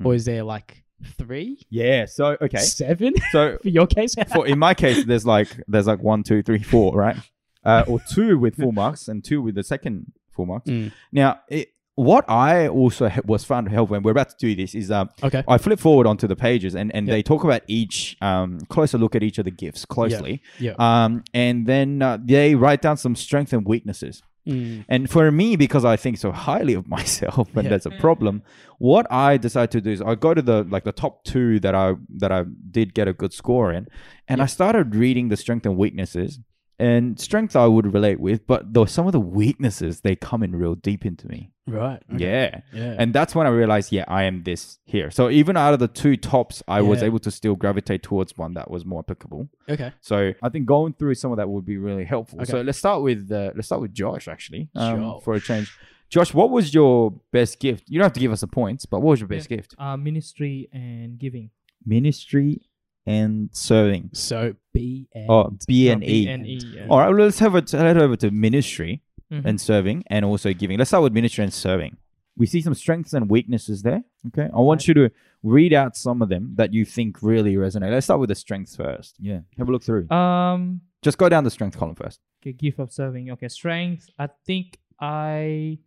Speaker 1: Mm.
Speaker 2: or is there like three,
Speaker 1: yeah. So okay.
Speaker 2: seven
Speaker 1: So
Speaker 2: for your case?
Speaker 1: for in my case, there's like there's like one, two, three, four, right? Uh, or two with full marks and two with the second full marks.
Speaker 2: Mm.
Speaker 1: Now, it, what I also he- was found helpful, and we're about to do this, is um,
Speaker 2: okay.
Speaker 1: I flip forward onto the pages and, and
Speaker 2: Yeah.
Speaker 1: they talk about each um, closer look at each of the gifts closely.
Speaker 2: Yeah.
Speaker 1: Um, and then uh, they write down some strengths and weaknesses.
Speaker 2: Mm.
Speaker 1: And for me, because I think so highly of myself, and
Speaker 2: Yeah.
Speaker 1: that's a problem, what I decide to do is I go to the like the top two that I that I did get a good score in, and I started reading the strength and weaknesses. And strength I would relate with, but though some of the weaknesses they come in real deep into me.
Speaker 2: Right.
Speaker 1: Yeah.
Speaker 2: Yeah.
Speaker 1: And that's when I realized, yeah, I am this here. So even out of the two tops, I was
Speaker 2: Yeah.
Speaker 1: able to still gravitate towards one that was more applicable.
Speaker 2: okay.
Speaker 1: So I think going through some of that would be really helpful.
Speaker 2: Okay.
Speaker 1: So let's start with uh, let's start with Josh actually um,
Speaker 2: Josh.
Speaker 1: for a change. Josh, what was your best gift? You don't have to give us the points, but what was your best gift?
Speaker 3: Uh, ministry and giving.
Speaker 1: Ministry and serving.
Speaker 2: So B and
Speaker 1: Oh, B and
Speaker 3: Uh,
Speaker 1: E.
Speaker 3: B&E, yeah.
Speaker 1: All right, well, let's have it head over to ministry
Speaker 3: Mhm.
Speaker 1: and serving and also giving. Let's start with ministry and serving. We see some strengths and weaknesses there. Okay. I want you to read out some of them that you think really resonate. Let's start with the strengths first. Yeah. Have a look through.
Speaker 3: Um,
Speaker 1: Just go down the strength column first.
Speaker 3: okay, gift of serving. Okay, strength. I think I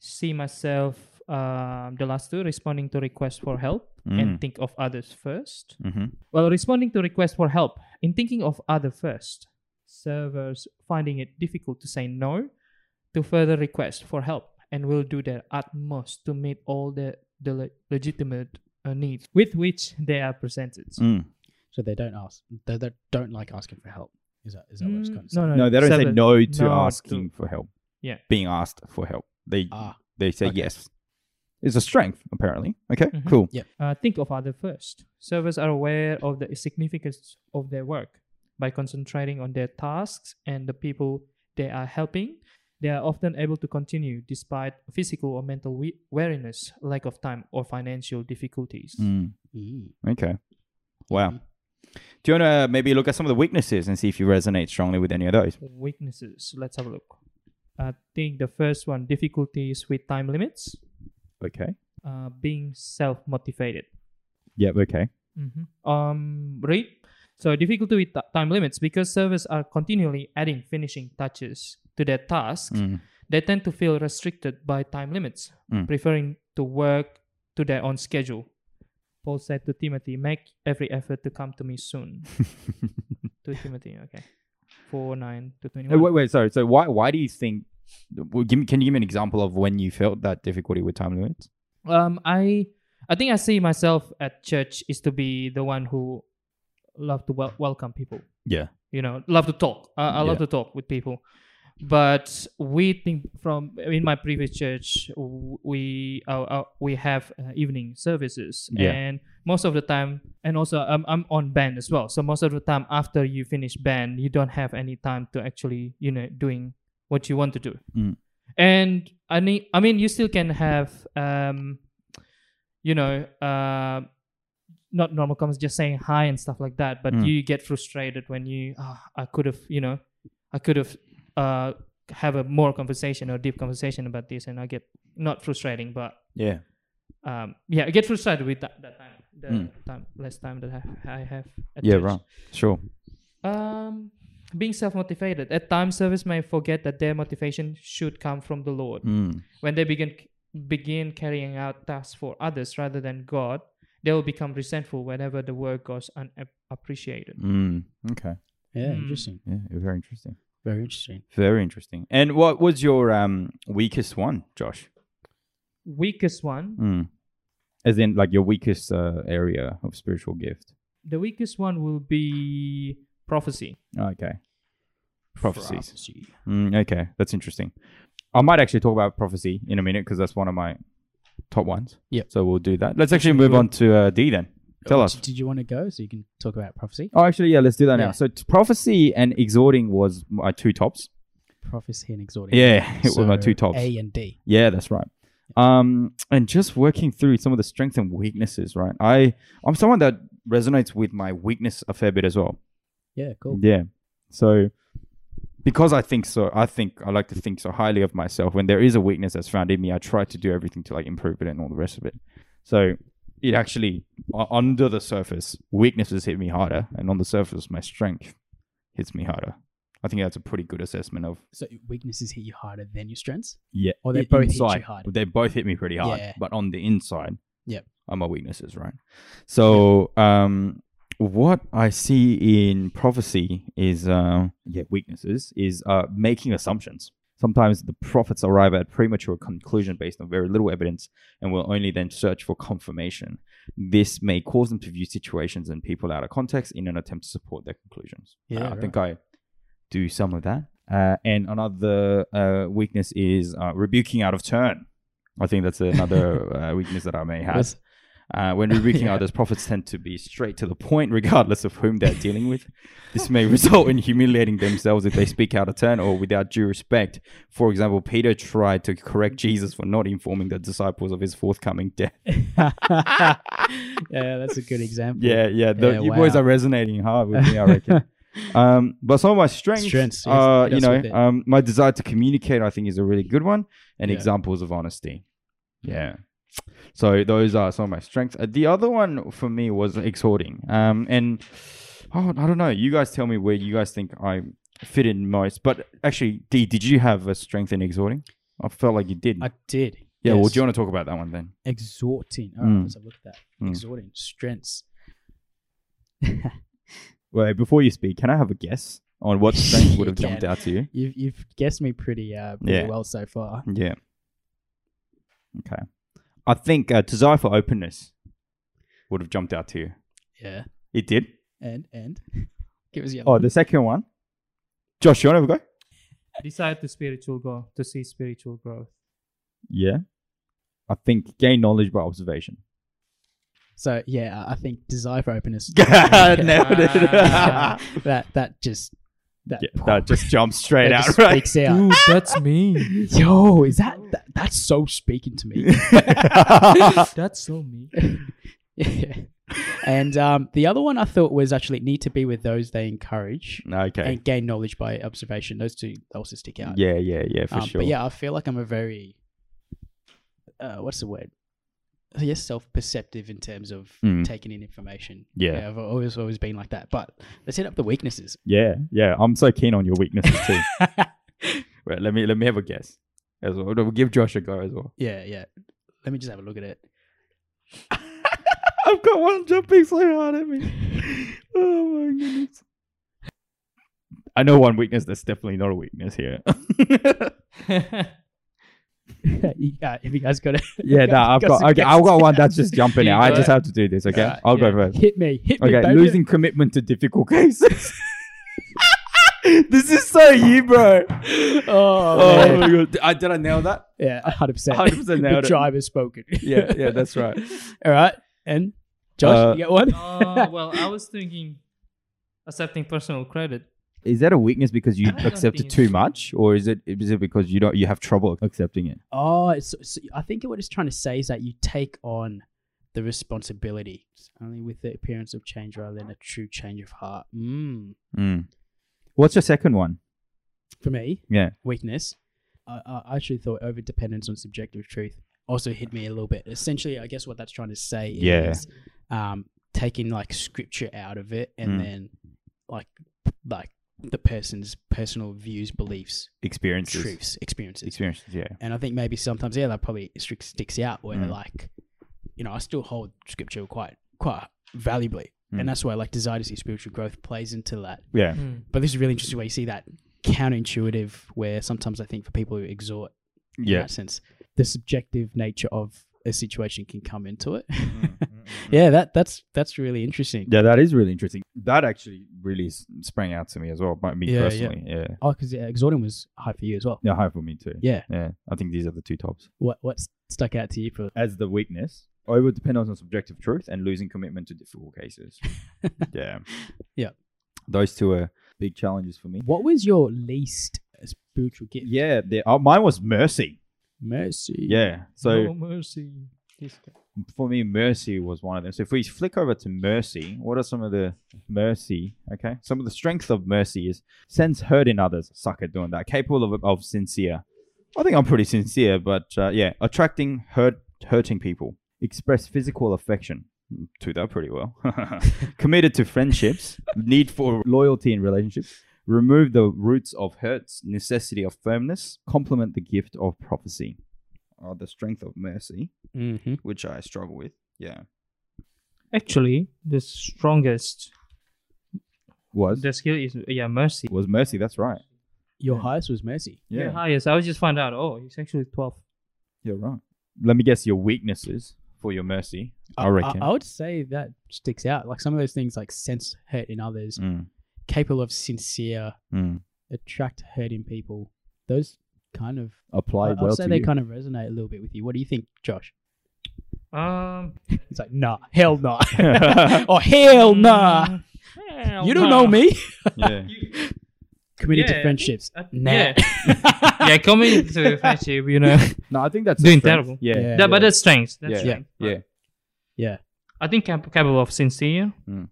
Speaker 3: see myself um, the last two responding to requests for help and think of others first.
Speaker 1: Mm-hmm.
Speaker 3: Well, responding to requests for help in thinking of other first. Servers finding it difficult to say no to further requests for help and will do their utmost to meet all the, the le- legitimate uh, needs with which they are presented.
Speaker 1: Mm.
Speaker 2: so they don't ask. They, they don't like asking for help. Is that is that what it's kind
Speaker 3: Mm,
Speaker 2: of saying?
Speaker 1: No, they don't say
Speaker 3: servers.
Speaker 1: no to
Speaker 3: No
Speaker 1: asking
Speaker 3: to-
Speaker 1: for help.
Speaker 3: Yeah.
Speaker 1: Being asked for help. They
Speaker 2: Ah,
Speaker 1: they say
Speaker 2: okay.
Speaker 1: yes. It's a strength, apparently. Okay.
Speaker 3: Mhm.
Speaker 1: Cool.
Speaker 3: Uh, think of other first. Servers are aware of the significance of their work by concentrating on their tasks and the people they are helping. They are often able to continue despite physical or mental we- weariness, lack of time, or financial difficulties.
Speaker 1: Mm.
Speaker 2: mm.
Speaker 1: Okay. Wow.
Speaker 2: Mhm.
Speaker 1: Do you want to maybe look at some of the weaknesses and see if you resonate strongly with any of those?
Speaker 3: Weaknesses. Let's have a look. I think the first one difficulties with time limits,
Speaker 1: Okay.
Speaker 3: uh, being self motivated.
Speaker 1: Yep. Okay.
Speaker 3: Mm-hmm. Um, read. So difficulty with t- time limits because servers are continually adding finishing touches to their task.
Speaker 1: Mm.
Speaker 3: They tend to feel restricted by time limits,
Speaker 1: Mm.
Speaker 3: preferring to work to their own schedule. Paul said to Timothy, "Make every effort to come to me soon." to Timothy, okay, four nine to twenty
Speaker 1: Hey,
Speaker 3: one.
Speaker 1: wait, wait. Sorry. So why why do you think? Well, give me, can you give me an example of when you felt that difficulty with time limits?
Speaker 3: um i i think i see myself at church is to be the one who love to wel- welcome people
Speaker 1: Yeah.
Speaker 3: you know love to talk i, I love
Speaker 1: Yeah.
Speaker 3: to talk with people but we think from in my previous church w- we uh, uh, we have uh, evening services
Speaker 1: Yeah.
Speaker 3: and most of the time and also I'm, I'm on band as well so most of the time after you finish band you don't have any time to actually you know doing what you want to do
Speaker 1: Mm.
Speaker 3: and i need i mean you still can have um you know uh not normal comments, just saying hi and stuff like that. But
Speaker 1: Mm.
Speaker 3: you get frustrated when you, ah, I could have, you know, I could have uh, have a more conversation or deep conversation about this, and I get not frustrating, but
Speaker 1: Yeah.
Speaker 3: um, yeah, I get frustrated with that, that time, the
Speaker 1: Mm.
Speaker 3: time, less time that I, I have. At
Speaker 1: Yeah,
Speaker 3: church.
Speaker 1: right. Sure.
Speaker 3: Um, being self-motivated at times, service may forget that their motivation should come from the Lord
Speaker 1: Mm.
Speaker 3: when they begin begin carrying out tasks for others rather than God, they will become resentful whenever the work goes unappreciated.
Speaker 1: Mm. Okay.
Speaker 2: Yeah,
Speaker 3: Hmm.
Speaker 2: interesting.
Speaker 1: Yeah, very interesting.
Speaker 2: Very interesting.
Speaker 1: Very interesting. And what was your um weakest one, Josh? Hmm.
Speaker 3: Weakest one,
Speaker 1: Mm. As in, like your weakest uh, area of spiritual gift.
Speaker 3: the weakest one will be prophecy.
Speaker 1: Okay. Prophecies.
Speaker 2: Prophecy.
Speaker 1: Mm, okay, that's interesting. I might actually talk about prophecy in a minute because that's one of my top ones.
Speaker 2: Yep.
Speaker 1: So we'll do that. Let's actually move on to uh, D then. Tell
Speaker 2: Oh,
Speaker 1: us.
Speaker 2: d- Did you want to go so you can talk about prophecy?
Speaker 1: Oh, actually, yeah, let's do that
Speaker 2: Yeah.
Speaker 1: now. So t- prophecy and exhorting was my two tops.
Speaker 2: Prophecy and exhorting.
Speaker 1: Yeah, it was my two
Speaker 2: So,
Speaker 1: tops.
Speaker 2: A and D.
Speaker 1: Yeah, that's right. Um, and just working through some of the strengths and weaknesses, right? I I'm someone that resonates with my weakness a fair bit as well.
Speaker 2: Yeah, cool.
Speaker 1: Yeah. So because I think so, I think I like to think so highly of myself. When there is a weakness that's found in me, I try to do everything to like improve it and all the rest of it. So it actually u- under the surface, weaknesses hit me harder, and on the surface, my strength hits me harder. I think that's a pretty good assessment of
Speaker 2: So weaknesses hit you harder than your strengths.
Speaker 1: yeah.
Speaker 2: Or they
Speaker 1: i-
Speaker 2: both hit you
Speaker 1: inside.
Speaker 2: hard.
Speaker 1: They both hit me pretty hard,
Speaker 2: Yeah.
Speaker 1: but on the inside,
Speaker 2: Yep.
Speaker 1: are my weaknesses, right? So, um, what I see in prophecy is, uh, yeah, weaknesses is uh, making assumptions. Sometimes the prophets arrive at premature conclusion based on very little evidence and will only then search for confirmation. This may cause them to view situations and people out of context in an attempt to support their conclusions.
Speaker 2: Yeah,
Speaker 1: Uh, I
Speaker 2: right.
Speaker 1: think I do some of that. Uh, and another uh, weakness is uh, rebuking out of turn. I think that's another uh, weakness that I may have.
Speaker 2: Was-
Speaker 1: Uh, when rebuking
Speaker 2: Yeah.
Speaker 1: others, prophets tend to be straight to the point, regardless of whom they're dealing with. This may result in humiliating themselves if they speak out of turn or without due respect. For example, Peter tried to correct Jesus for not informing the disciples of his forthcoming death.
Speaker 2: yeah, that's a good example.
Speaker 1: Yeah, yeah. The,
Speaker 2: Yeah,
Speaker 1: you boys
Speaker 2: wow.
Speaker 1: are resonating hard with me, I reckon. um, but some of my strengths,
Speaker 2: Strengths, yes,
Speaker 1: uh,
Speaker 2: hit
Speaker 1: you
Speaker 2: us
Speaker 1: know,
Speaker 2: with it.
Speaker 1: um, my desire to communicate, I think, is a really good one, and
Speaker 2: Yeah. Hmm.
Speaker 1: examples of honesty. Yeah. So those are some of my strengths. Uh, the other one for me was exhorting. Um, and oh, I don't know. You guys tell me where you guys think I fit in most. But actually, D, did you have a strength in exhorting? I felt like you did.
Speaker 2: I did.
Speaker 1: yeah. Well,
Speaker 2: yes.
Speaker 1: do you want to talk about that one then?
Speaker 2: exhorting? All right,
Speaker 1: Mm.
Speaker 2: let's have a look at that.
Speaker 1: Mm.
Speaker 2: Exhorting strengths.
Speaker 1: Wait, before you speak, can I have a guess on what strength would have
Speaker 2: You
Speaker 1: jumped
Speaker 2: can.
Speaker 1: out to you?
Speaker 2: You've you've guessed me pretty uh pretty
Speaker 1: Yeah.
Speaker 2: well so far.
Speaker 1: Yeah. Okay. I think uh, desire for openness would have jumped out to you.
Speaker 2: Yeah.
Speaker 1: It did.
Speaker 2: And and give us your
Speaker 1: Oh, the second one. Josh, you want to have a go?
Speaker 3: Desire to spiritual go to see spiritual growth.
Speaker 1: Yeah. I think gain knowledge by observation.
Speaker 2: So yeah, I think desire for openness.
Speaker 1: Nailed it.
Speaker 3: Ah.
Speaker 2: that that just that,
Speaker 1: Yeah, that just jumps straight
Speaker 2: that
Speaker 1: out,
Speaker 2: just
Speaker 1: right?
Speaker 2: Speaks out.
Speaker 3: that's me.
Speaker 2: Yo, is that, that that's so speaking to me?
Speaker 3: That's so me.
Speaker 2: Yeah. and um, the other one I thought was actually need to be with those they encourage
Speaker 1: okay.
Speaker 2: and gain knowledge by observation. Those two also stick out.
Speaker 1: Yeah, yeah, yeah, for
Speaker 2: um,
Speaker 1: sure.
Speaker 2: But yeah, I feel like I'm a very uh, what's the word? I guess self-perceptive in terms of
Speaker 1: Mm.
Speaker 2: taking in information.
Speaker 1: Yeah.
Speaker 2: I've always always been like that. But let's hit up the weaknesses.
Speaker 1: Yeah, yeah. I'm so keen on your weaknesses too. Right, let me let me have a guess. As well. We'll give Josh a go as well.
Speaker 2: Yeah, yeah. Let me just have a look at it.
Speaker 1: I've got one jumping so hard at me. Oh my goodness. I know one weakness that's definitely not a weakness here.
Speaker 2: You- uh, have you guys got it?
Speaker 1: yeah,
Speaker 2: Got-
Speaker 1: no, I've
Speaker 2: got
Speaker 1: got
Speaker 2: some
Speaker 1: okay, I've got
Speaker 2: guesses.
Speaker 1: one that's just jumping
Speaker 2: You
Speaker 1: out. I
Speaker 2: got
Speaker 1: just
Speaker 2: it.
Speaker 1: have to do this, okay?
Speaker 2: Alright,
Speaker 1: I'll
Speaker 2: yeah.
Speaker 1: go first.
Speaker 2: Hit me, hit me.
Speaker 1: Okay,
Speaker 2: baby.
Speaker 1: losing commitment to difficult cases. this is so you, bro.
Speaker 2: Oh,
Speaker 1: Oh
Speaker 2: man.
Speaker 1: my god. Did I, did I nail that?
Speaker 2: yeah, hundred percent.
Speaker 1: 100%
Speaker 2: The
Speaker 1: nailed it.
Speaker 2: tribe has spoken.
Speaker 1: Yeah, yeah, that's right.
Speaker 2: All right, and Josh,
Speaker 1: Uh,
Speaker 2: you get one.
Speaker 3: oh, well, I was thinking accepting personal credit.
Speaker 1: Is that a weakness because you
Speaker 3: I don't
Speaker 1: accept
Speaker 3: think
Speaker 1: it
Speaker 3: it's-
Speaker 1: too much? Or is it is it because you don't you have trouble accepting it?
Speaker 2: Oh, it's, so I think what it's trying to say is that you take on the responsibility. It's only with the appearance of change rather than a true change of heart. Mm.
Speaker 1: Mm. What's your second one?
Speaker 2: For me,
Speaker 1: Yeah.
Speaker 2: weakness. I, I I actually thought over dependence on subjective truth also hit me a little bit. Essentially, I guess what that's trying to say
Speaker 1: Yeah.
Speaker 2: is um, taking like scripture out of it and
Speaker 1: Mm.
Speaker 2: then like like the person's personal views, beliefs,
Speaker 1: Experiences.
Speaker 2: truths, experiences.
Speaker 1: Experiences. Yeah.
Speaker 2: And I think maybe sometimes yeah, that probably stric- sticks out where
Speaker 1: Mm.
Speaker 2: like you know I still hold scripture quite quite valuably,
Speaker 1: Mm.
Speaker 2: and that's why like desire to see spiritual growth plays into that
Speaker 1: Yeah.
Speaker 3: Mm.
Speaker 2: but this is really interesting where you see that counterintuitive where sometimes I think for people who exhort in
Speaker 1: Yeah.
Speaker 2: that sense, the subjective nature of a situation can come into it.
Speaker 1: Hmm. Mm-hmm.
Speaker 2: yeah, that that's that's really interesting.
Speaker 1: Yeah, that is really interesting. That actually really s- sprang out to me as well, by me
Speaker 2: Yeah, yeah.
Speaker 1: personally. Yeah.
Speaker 2: Oh, because exhorting was high for you as well.
Speaker 1: Yeah, high for me too.
Speaker 2: Yeah.
Speaker 1: Yeah. I think these are the two tops.
Speaker 2: What what stuck out to you for
Speaker 1: As the weakness, over dependence on subjective truth and losing commitment to difficult cases. yeah.
Speaker 2: Yeah.
Speaker 1: Those two are big challenges for me.
Speaker 2: what was your least spiritual gift?
Speaker 1: Yeah. they- Oh, mine was mercy.
Speaker 2: Mercy.
Speaker 1: Yeah. So
Speaker 3: no mercy. This guy.
Speaker 1: for me, mercy was one of them. So if we flick over to mercy, what are some of the mercy? Okay, some of the strength of mercy is sense hurt in others. Suck at doing that. Capable of, of sincere. I think I'm pretty sincere, but uh, yeah, attracting hurt hurting people. Express physical affection. Hmm, Do that pretty well. Committed to friendships. Need for loyalty in relationships. Remove the roots of hurts. Necessity of firmness. Complement the gift of prophecy. Are the strength of mercy
Speaker 2: Mm-hmm.
Speaker 1: which I struggle with. Yeah.
Speaker 3: Actually, the strongest
Speaker 1: Was
Speaker 3: the skill is yeah mercy.
Speaker 1: was mercy, that's right.
Speaker 2: Your highest was mercy.
Speaker 1: Yeah.
Speaker 3: The highest. I was just find out. Oh, it's actually twelve.
Speaker 1: You're right. Let me guess your weaknesses for your mercy. I reckon.
Speaker 2: I, would say that sticks out. Like some of those things, like sense hurt in others,
Speaker 1: Mm,
Speaker 2: capable of sincere,
Speaker 1: mm.
Speaker 2: attract hurting people. Those kind of
Speaker 1: Apply
Speaker 2: I,
Speaker 1: well
Speaker 2: will say
Speaker 1: to
Speaker 2: they
Speaker 1: you.
Speaker 2: kind of resonate a little bit with you. What do you think, Josh?
Speaker 3: Um.
Speaker 2: He's like, nah, hell nah. or hell Oh, nah.
Speaker 3: mm, hell
Speaker 2: you don't
Speaker 3: nah.
Speaker 2: know me.
Speaker 1: yeah.
Speaker 3: You-
Speaker 2: Committed
Speaker 3: Yeah,
Speaker 2: to friendships.
Speaker 3: I-
Speaker 2: nah.
Speaker 3: Yeah. yeah, coming to a friendship, you know.
Speaker 1: No, I think that's a
Speaker 3: Doing
Speaker 1: strength.
Speaker 3: terrible.
Speaker 1: Yeah.
Speaker 2: Yeah.
Speaker 3: That- but that's strength. That's
Speaker 1: Yeah.
Speaker 3: strength.
Speaker 1: yeah. Yeah.
Speaker 2: Yeah.
Speaker 3: I think cap- capable of sincere.
Speaker 1: Mm.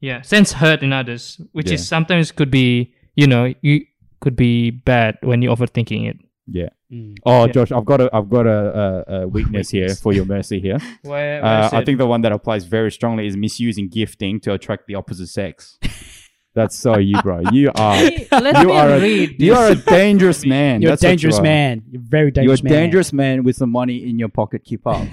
Speaker 3: Yeah, sense hurt in others, which
Speaker 1: Yeah.
Speaker 3: is sometimes could be, you know, you could be bad when you're overthinking it.
Speaker 2: Mm.
Speaker 1: Oh,
Speaker 3: Yeah.
Speaker 1: Josh, I've got a I've got a, a, a weakness here
Speaker 2: Weakness.
Speaker 1: for your mercy here.
Speaker 3: Where, where
Speaker 1: Uh,
Speaker 3: is
Speaker 1: I
Speaker 3: it?
Speaker 1: think the one that applies very strongly is misusing gifting to attract the opposite sex. That's so you, bro. You are
Speaker 3: Let
Speaker 1: you
Speaker 3: me
Speaker 1: are a,
Speaker 3: read.
Speaker 1: you
Speaker 3: this.
Speaker 1: are a dangerous man.
Speaker 2: You're
Speaker 1: That's
Speaker 2: a
Speaker 1: what you
Speaker 2: dangerous
Speaker 1: are.
Speaker 2: man. You're a very dangerous
Speaker 1: You're
Speaker 2: man.
Speaker 1: a dangerous man with some money in your pocket. Keep up.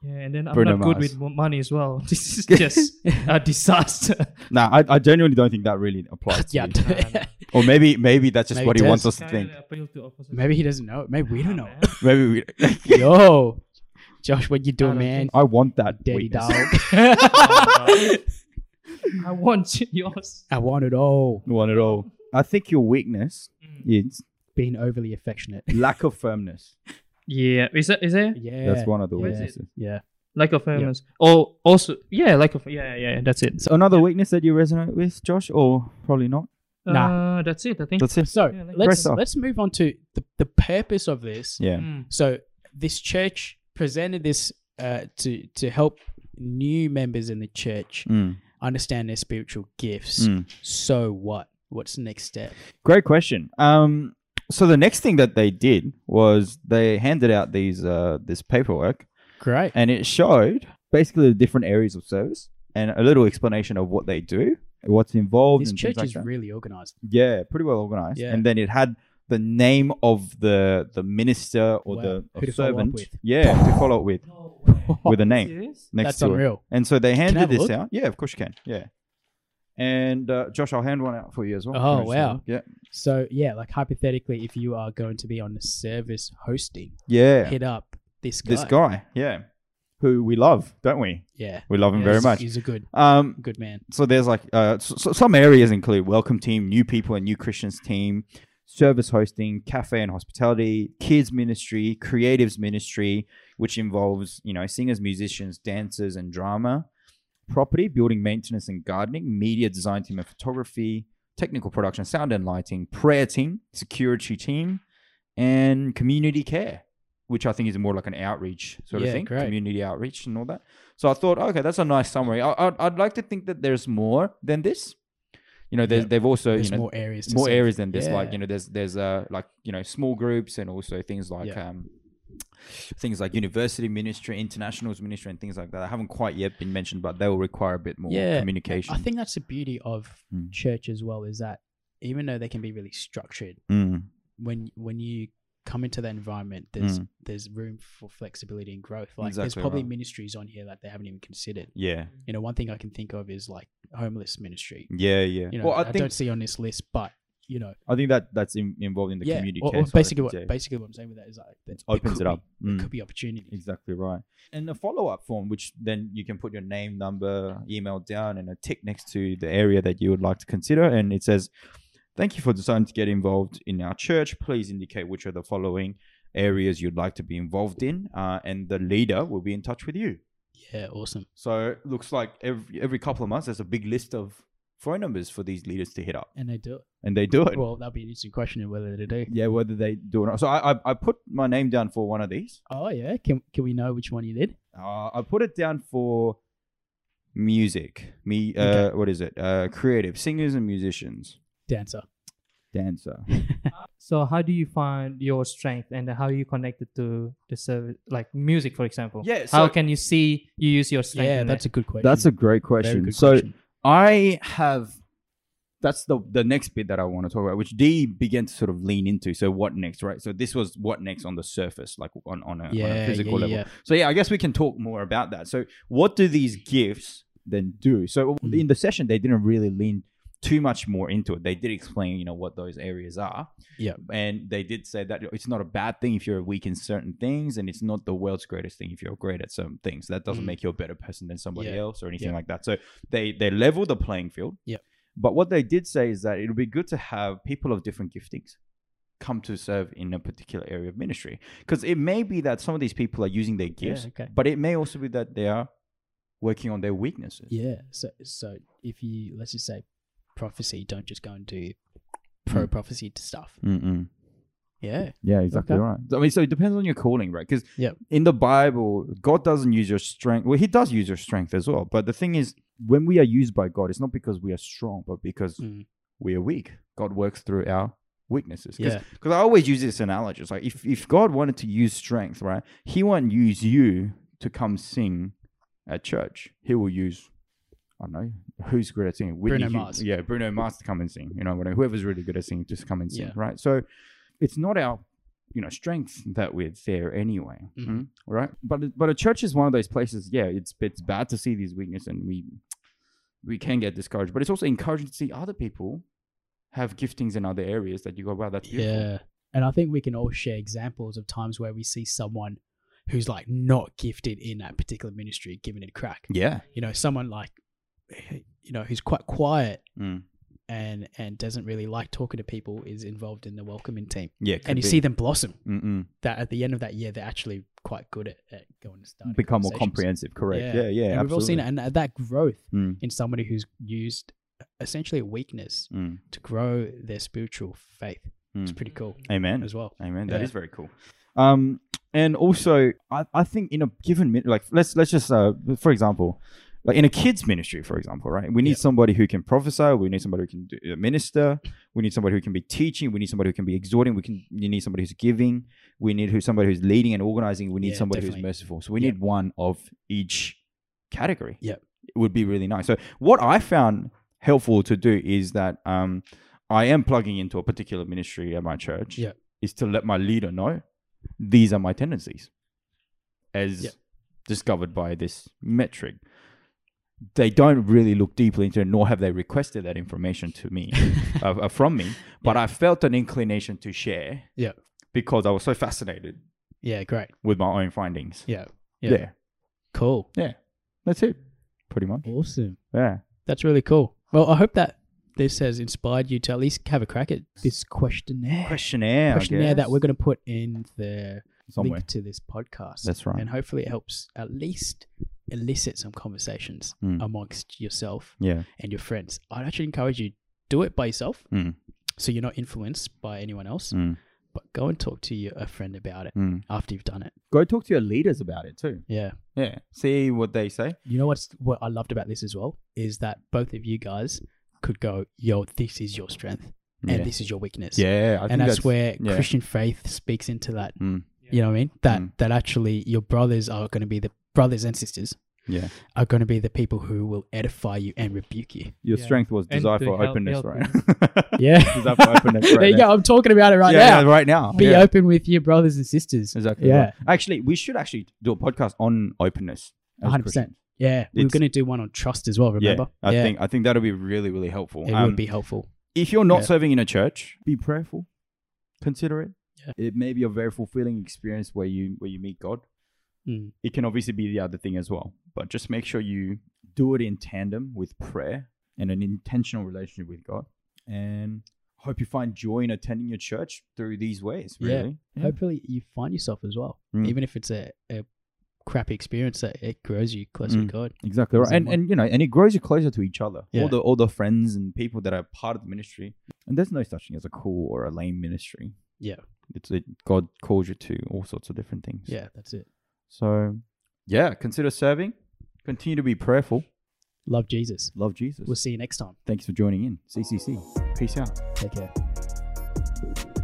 Speaker 3: Yeah, and then I'm
Speaker 1: Bruno
Speaker 3: not good
Speaker 1: Mars.
Speaker 3: with mo- money as well. This is just a disaster.
Speaker 1: Nah, I, I genuinely don't think that really applies. To
Speaker 2: Yeah.
Speaker 1: you. Or maybe maybe that's just
Speaker 2: Maybe
Speaker 1: what
Speaker 2: it
Speaker 1: he wants
Speaker 2: does.
Speaker 1: us to think.
Speaker 2: Maybe he doesn't know. Maybe we don't know.
Speaker 3: Oh,
Speaker 1: Maybe we,
Speaker 2: Yo, Josh, what you
Speaker 3: I
Speaker 2: doing,
Speaker 3: don't
Speaker 2: man?
Speaker 3: think
Speaker 1: I want that
Speaker 2: Daddy
Speaker 1: weakness.
Speaker 2: dog.
Speaker 3: I want yours.
Speaker 2: I want it all.
Speaker 1: I want it all. I think your weakness
Speaker 3: Mm.
Speaker 1: is
Speaker 2: Being overly affectionate.
Speaker 1: lack of firmness.
Speaker 3: Yeah, is that is there
Speaker 2: Yeah.
Speaker 1: That's one of the
Speaker 2: Yeah.
Speaker 1: weaknesses.
Speaker 2: Yeah.
Speaker 3: lack of fairness? Oh, also yeah, lack of yeah, yeah, yeah, that's it.
Speaker 1: So another weakness that you resonate with, Josh, or probably not.
Speaker 2: Nah.
Speaker 3: uh, that's it. I think.
Speaker 1: That's it.
Speaker 2: So
Speaker 3: Yeah, like-
Speaker 2: let's
Speaker 1: Press off.
Speaker 2: let's move on to the, the purpose of this.
Speaker 1: Yeah.
Speaker 3: Mm.
Speaker 2: So this church presented this uh, to to help new members in the church
Speaker 1: Mm,
Speaker 2: understand their spiritual gifts.
Speaker 1: mm.
Speaker 2: So what? What's the next step?
Speaker 1: Great question. Um, so the next thing that they did was they handed out these uh, this paperwork,
Speaker 2: Great.
Speaker 1: and it showed basically the different areas of service and a little explanation of what they do, what's involved.
Speaker 2: This
Speaker 1: and things
Speaker 2: church
Speaker 1: like
Speaker 2: is
Speaker 1: that.
Speaker 2: really organized.
Speaker 1: Yeah, pretty well organized.
Speaker 2: Yeah.
Speaker 1: And then it had the name of the the minister or
Speaker 2: Wow.
Speaker 1: the
Speaker 2: Who to follow up
Speaker 1: servant.
Speaker 2: with.
Speaker 1: Yeah, to follow up with with a name
Speaker 3: Serious?
Speaker 1: next
Speaker 2: That's
Speaker 1: to it.
Speaker 2: unreal.
Speaker 1: And so they
Speaker 2: I have
Speaker 1: handed
Speaker 2: a
Speaker 1: this
Speaker 2: look?
Speaker 1: out. Yeah, of course you can. Yeah. And uh, Josh, I'll hand one out for you as well.
Speaker 2: Oh,
Speaker 1: Can I just
Speaker 2: wow.
Speaker 1: have a- Yeah.
Speaker 2: So yeah, like hypothetically, if you are going to be on the service hosting,
Speaker 1: Yeah.
Speaker 2: hit up this guy.
Speaker 1: This guy. Yeah. Who we love, don't we?
Speaker 2: Yeah.
Speaker 1: We love him
Speaker 2: Yeah,
Speaker 1: very
Speaker 2: he's-
Speaker 1: much.
Speaker 2: He's a good
Speaker 1: Um,
Speaker 2: good man.
Speaker 1: so there's like uh, s s- some areas include welcome team, new people and new Christians team, service hosting, cafe and hospitality, kids ministry, creatives ministry, which involves you know singers, musicians, dancers, and drama, property, building maintenance and gardening, media design team and photography, technical production, sound and lighting, prayer team, security team, and community care. which I think is more like an outreach sort
Speaker 2: Yeah,
Speaker 1: of thing,
Speaker 2: great.
Speaker 1: community outreach and all that. So I thought, okay, that's a nice summary. I, I'd, I'd like to think that there's more than this. You know, there's,
Speaker 2: Yeah.
Speaker 1: they've also
Speaker 2: There's
Speaker 1: you know
Speaker 2: more areas. To
Speaker 1: more
Speaker 2: solve.
Speaker 1: areas than this. Like
Speaker 2: Yeah.
Speaker 1: you know, there's there's uh like you know small groups and also things like
Speaker 2: Yeah.
Speaker 1: um things like university ministry, internationals ministry, and things like that. I haven't quite yet been mentioned, but they will require a bit more
Speaker 2: Yeah,
Speaker 1: communication.
Speaker 2: I think that's the beauty of
Speaker 1: Mm.
Speaker 2: church as well is that even though they can be really structured,
Speaker 1: Mm,
Speaker 2: when when you come into that environment, there's
Speaker 1: Mm.
Speaker 2: there's room for flexibility and growth. Like there's
Speaker 1: Exactly
Speaker 2: probably
Speaker 1: right.
Speaker 2: ministries on here that they haven't even considered.
Speaker 1: yeah,
Speaker 2: You know, one thing I can think of is like homeless ministry.
Speaker 1: yeah, yeah.
Speaker 2: You know,
Speaker 1: well, I,
Speaker 2: I,
Speaker 1: think
Speaker 2: don't see on this list, but you know,
Speaker 1: I think that that's in, involved in the
Speaker 2: yeah.
Speaker 1: community
Speaker 2: Or,
Speaker 1: care
Speaker 2: or
Speaker 1: side of
Speaker 2: basically,
Speaker 1: things,
Speaker 2: what
Speaker 1: yeah.
Speaker 2: basically what I'm saying with that is like that there
Speaker 1: opens
Speaker 2: could
Speaker 1: it up.
Speaker 2: Be, there
Speaker 1: Mm.
Speaker 2: could be opportunity.
Speaker 1: Exactly right. And the follow up form, which then you can put your name, number, email down, and a tick next to the area that you would like to consider. And it says, Thank you for deciding to get involved in our church. Please indicate which are the following areas you'd like to be involved in, uh, and the leader will be in touch with you.
Speaker 2: Yeah, awesome.
Speaker 1: So it looks like every, every couple of months, there's a big list of phone numbers for these leaders to hit up,
Speaker 2: And they do it.
Speaker 1: and they do it.
Speaker 2: Well, that'd be an interesting question of whether they do.
Speaker 1: yeah, whether they do or not. So I, I, I put my name down for one of these.
Speaker 2: Oh yeah, can can we know which one you did?
Speaker 1: Uh, I put it down for music. Me, uh,
Speaker 2: Okay.
Speaker 1: what is it? Uh, creative singers and musicians,
Speaker 2: Dancer.
Speaker 1: dancer.
Speaker 3: So how do you find your strength and how you connect it to the service, like music, for example?
Speaker 1: Yeah,
Speaker 3: how
Speaker 1: so-
Speaker 3: can you see you use your strength?
Speaker 2: Yeah,
Speaker 3: in
Speaker 2: that's
Speaker 3: that?
Speaker 2: a good question.
Speaker 1: That's a great
Speaker 2: Very
Speaker 1: question.
Speaker 2: good
Speaker 1: So
Speaker 2: question.
Speaker 1: I have. That's the the next bit that I want to talk about, which D began to sort of lean into. So what next, right? So this was what next on the surface, like on uh, on a, on a physical level. So yeah, I guess we can talk more about that. So what do these gifts then do? So
Speaker 2: Mm.
Speaker 1: in the session, they didn't really lean too much more into it. They did explain, you know, what those areas are.
Speaker 2: Yeah.
Speaker 1: And they did say that it's not a bad thing if you're weak in certain things, and it's not the world's greatest thing if you're great at certain things. That doesn't
Speaker 2: Mm.
Speaker 1: make you a better person than somebody
Speaker 2: Yeah.
Speaker 1: else or anything
Speaker 2: Yeah.
Speaker 1: like that. So they they level the playing field.
Speaker 2: Yeah.
Speaker 1: But what they did say is that it would be good to have people of different giftings come to serve in a particular area of ministry because it may be that some of these people are using their gifts
Speaker 3: okay.
Speaker 1: but it may also be that they are working on their weaknesses
Speaker 2: Yeah. So so if you let's just say prophecy, don't just go and do pro
Speaker 1: Mm.
Speaker 2: prophecy stuff.
Speaker 1: Mm-mm.
Speaker 2: Yeah.
Speaker 1: yeah exactly
Speaker 2: Okay.
Speaker 1: right i mean so it depends on your calling right because
Speaker 2: Yep.
Speaker 1: in the bible god doesn't use your strength well he does use your strength as well but the thing is when we are used by god it's not because we are strong but because
Speaker 2: Mm.
Speaker 1: we are weak god works through our weaknesses because
Speaker 2: Yeah.
Speaker 1: Because I always use this analogy. It's like if, if God wanted to use strength, right, He won't use you to come sing at church. He will use, I don't know, who's good at singing?
Speaker 2: Bruno
Speaker 1: Whitney Hu-
Speaker 2: Mars.
Speaker 1: Yeah, Bruno Mars to come and sing. You know, whatever, whoever's really good at singing, just come and sing,
Speaker 2: Yeah.
Speaker 1: right? So it's not our, you know, strength that we're there anyway,
Speaker 2: Mhm.
Speaker 1: mm, right? But but a church is one of those places. Yeah, it's it's bad to see these weakness, and we we can get discouraged. But it's also encouraging to see other people have giftings in other areas that you go, wow, that's beautiful.
Speaker 2: Yeah. And I think we can all share examples of times where we see someone who's like not gifted in that particular ministry giving it a crack.
Speaker 1: Yeah.
Speaker 2: You know, someone like you know, who's quite quiet
Speaker 1: Mm.
Speaker 2: and and doesn't really like talking to people is involved in the welcoming team.
Speaker 1: Yeah.
Speaker 2: and you see them blossom.
Speaker 1: Mm-mm.
Speaker 2: that at the end of that year they're actually quite good at, at going to start
Speaker 1: become more comprehensive. Correct. Yeah. Yeah.
Speaker 2: and we've all seen it,
Speaker 1: absolutely.
Speaker 2: and that- that growth
Speaker 1: Mm.
Speaker 2: in somebody who's used essentially a weakness
Speaker 1: Mm.
Speaker 2: to grow their spiritual faith. It's
Speaker 1: Mm.
Speaker 2: pretty cool
Speaker 1: Amen.
Speaker 2: as well.
Speaker 1: Amen. That
Speaker 2: Yeah.
Speaker 1: is very cool. Um, and also, I, I think in a given minute, like let's let's just uh, for example, like in a kids ministry, for example, right? We need
Speaker 2: Yeah.
Speaker 1: somebody who can prophesy. We need somebody who can do, uh, minister. We need somebody who can be teaching. We need somebody who can be exhorting. We can you need somebody who's giving. We need who somebody who's leading and organizing. We need
Speaker 2: Yeah,
Speaker 1: somebody who's
Speaker 2: definitely.
Speaker 1: merciful. So we
Speaker 2: Yeah.
Speaker 1: need one of each category.
Speaker 2: Yeah.
Speaker 1: it would be really nice. So what I found helpful to do is that um, I am plugging into a particular ministry at my church
Speaker 2: Yeah.
Speaker 1: is to let my leader know these are my tendencies as
Speaker 2: Yep.
Speaker 1: discovered by this metric. They don't really look deeply into it, nor have they requested that information to me uh, uh, from me. But I felt an inclination to share
Speaker 2: Yeah.
Speaker 1: because I was so fascinated
Speaker 2: Yeah, great.
Speaker 1: with my own findings.
Speaker 2: Yeah,
Speaker 1: Yeah,
Speaker 2: Yeah. cool,
Speaker 1: that's it, pretty much.
Speaker 2: awesome.
Speaker 1: Yeah.
Speaker 2: That's really cool. Well, I hope that this has inspired you to at least have a crack at this questionnaire.
Speaker 1: Questionnaire. I
Speaker 2: questionnaire that
Speaker 1: guess.
Speaker 2: we're going to put in the
Speaker 1: somewhere.
Speaker 2: link to this podcast.
Speaker 1: That's right.
Speaker 2: And hopefully it helps at least elicit some conversations
Speaker 1: Mm.
Speaker 2: amongst yourself
Speaker 1: Yeah.
Speaker 2: and your friends. I'd actually encourage you do it by yourself.
Speaker 1: Mm.
Speaker 2: So you're not influenced by anyone else.
Speaker 1: Mm.
Speaker 2: but go and talk to your, a friend about it
Speaker 1: Mm.
Speaker 2: after you've done it.
Speaker 1: Go talk to your leaders about it too.
Speaker 2: Yeah.
Speaker 1: Yeah. See what they say.
Speaker 2: You know what's what I loved about this as well is that both of you guys could go, yo, this is your strength
Speaker 1: yeah.
Speaker 2: and this is your weakness.
Speaker 1: yeah I think
Speaker 2: and that's, where
Speaker 1: yeah.
Speaker 2: Christian faith speaks into that.
Speaker 1: Mm.
Speaker 2: You know what I mean? That
Speaker 1: Mm.
Speaker 2: that actually your brothers are going to be the brothers and sisters
Speaker 1: yeah.
Speaker 2: are going to be the people who will edify you and rebuke you.
Speaker 1: Your
Speaker 3: Yeah.
Speaker 1: strength was
Speaker 3: And
Speaker 1: desire
Speaker 3: to
Speaker 1: for
Speaker 3: help-
Speaker 1: openness,
Speaker 3: help
Speaker 1: right?
Speaker 2: Yeah.
Speaker 1: desire for openness. Right
Speaker 2: there you go. I'm talking about it right
Speaker 1: yeah,
Speaker 2: now.
Speaker 1: yeah, right now.
Speaker 2: Be
Speaker 1: yeah.
Speaker 2: open with your brothers and sisters.
Speaker 1: Exactly.
Speaker 2: Yeah.
Speaker 1: right. Actually, we should actually do a podcast on openness. as
Speaker 2: 100%.
Speaker 1: Christians.
Speaker 2: Yeah, we were
Speaker 1: It's-
Speaker 2: going to do one on trust as well. Remember?
Speaker 1: Yeah, I think I think that'll be really really helpful.
Speaker 2: it
Speaker 1: Um,
Speaker 2: would be helpful.
Speaker 1: if you're not
Speaker 2: Yeah.
Speaker 1: serving in a church, be prayerful, consider it.
Speaker 2: Yeah.
Speaker 1: It may be a very fulfilling experience where you where you meet God.
Speaker 2: Mm.
Speaker 1: It can obviously be the other thing as well, but just make sure you do it in tandem with prayer and an intentional relationship with God. And hope you find joy in attending your church through these ways.
Speaker 2: Yeah.
Speaker 1: Really, Yeah.
Speaker 2: Hopefully, you find yourself as well,
Speaker 1: Mm.
Speaker 2: even if it's a, a crappy experience. That it grows you closer
Speaker 1: Mm.
Speaker 2: to God.
Speaker 1: Exactly right,
Speaker 2: Doesn't
Speaker 1: and
Speaker 2: work.
Speaker 1: and you know, and it grows you closer to each other.
Speaker 2: Yeah.
Speaker 1: All the all the friends and people that are part of the ministry, and there's no such thing as a cool or a lame ministry.
Speaker 2: Yeah.
Speaker 1: it's it, God calls you to all sorts of different things.
Speaker 2: Yeah, that's it.
Speaker 1: So, yeah, consider serving. Continue to be prayerful.
Speaker 2: Love Jesus.
Speaker 1: Love Jesus.
Speaker 2: We'll see you next time.
Speaker 1: Thanks for joining in. CCC. Peace out.
Speaker 2: Take care.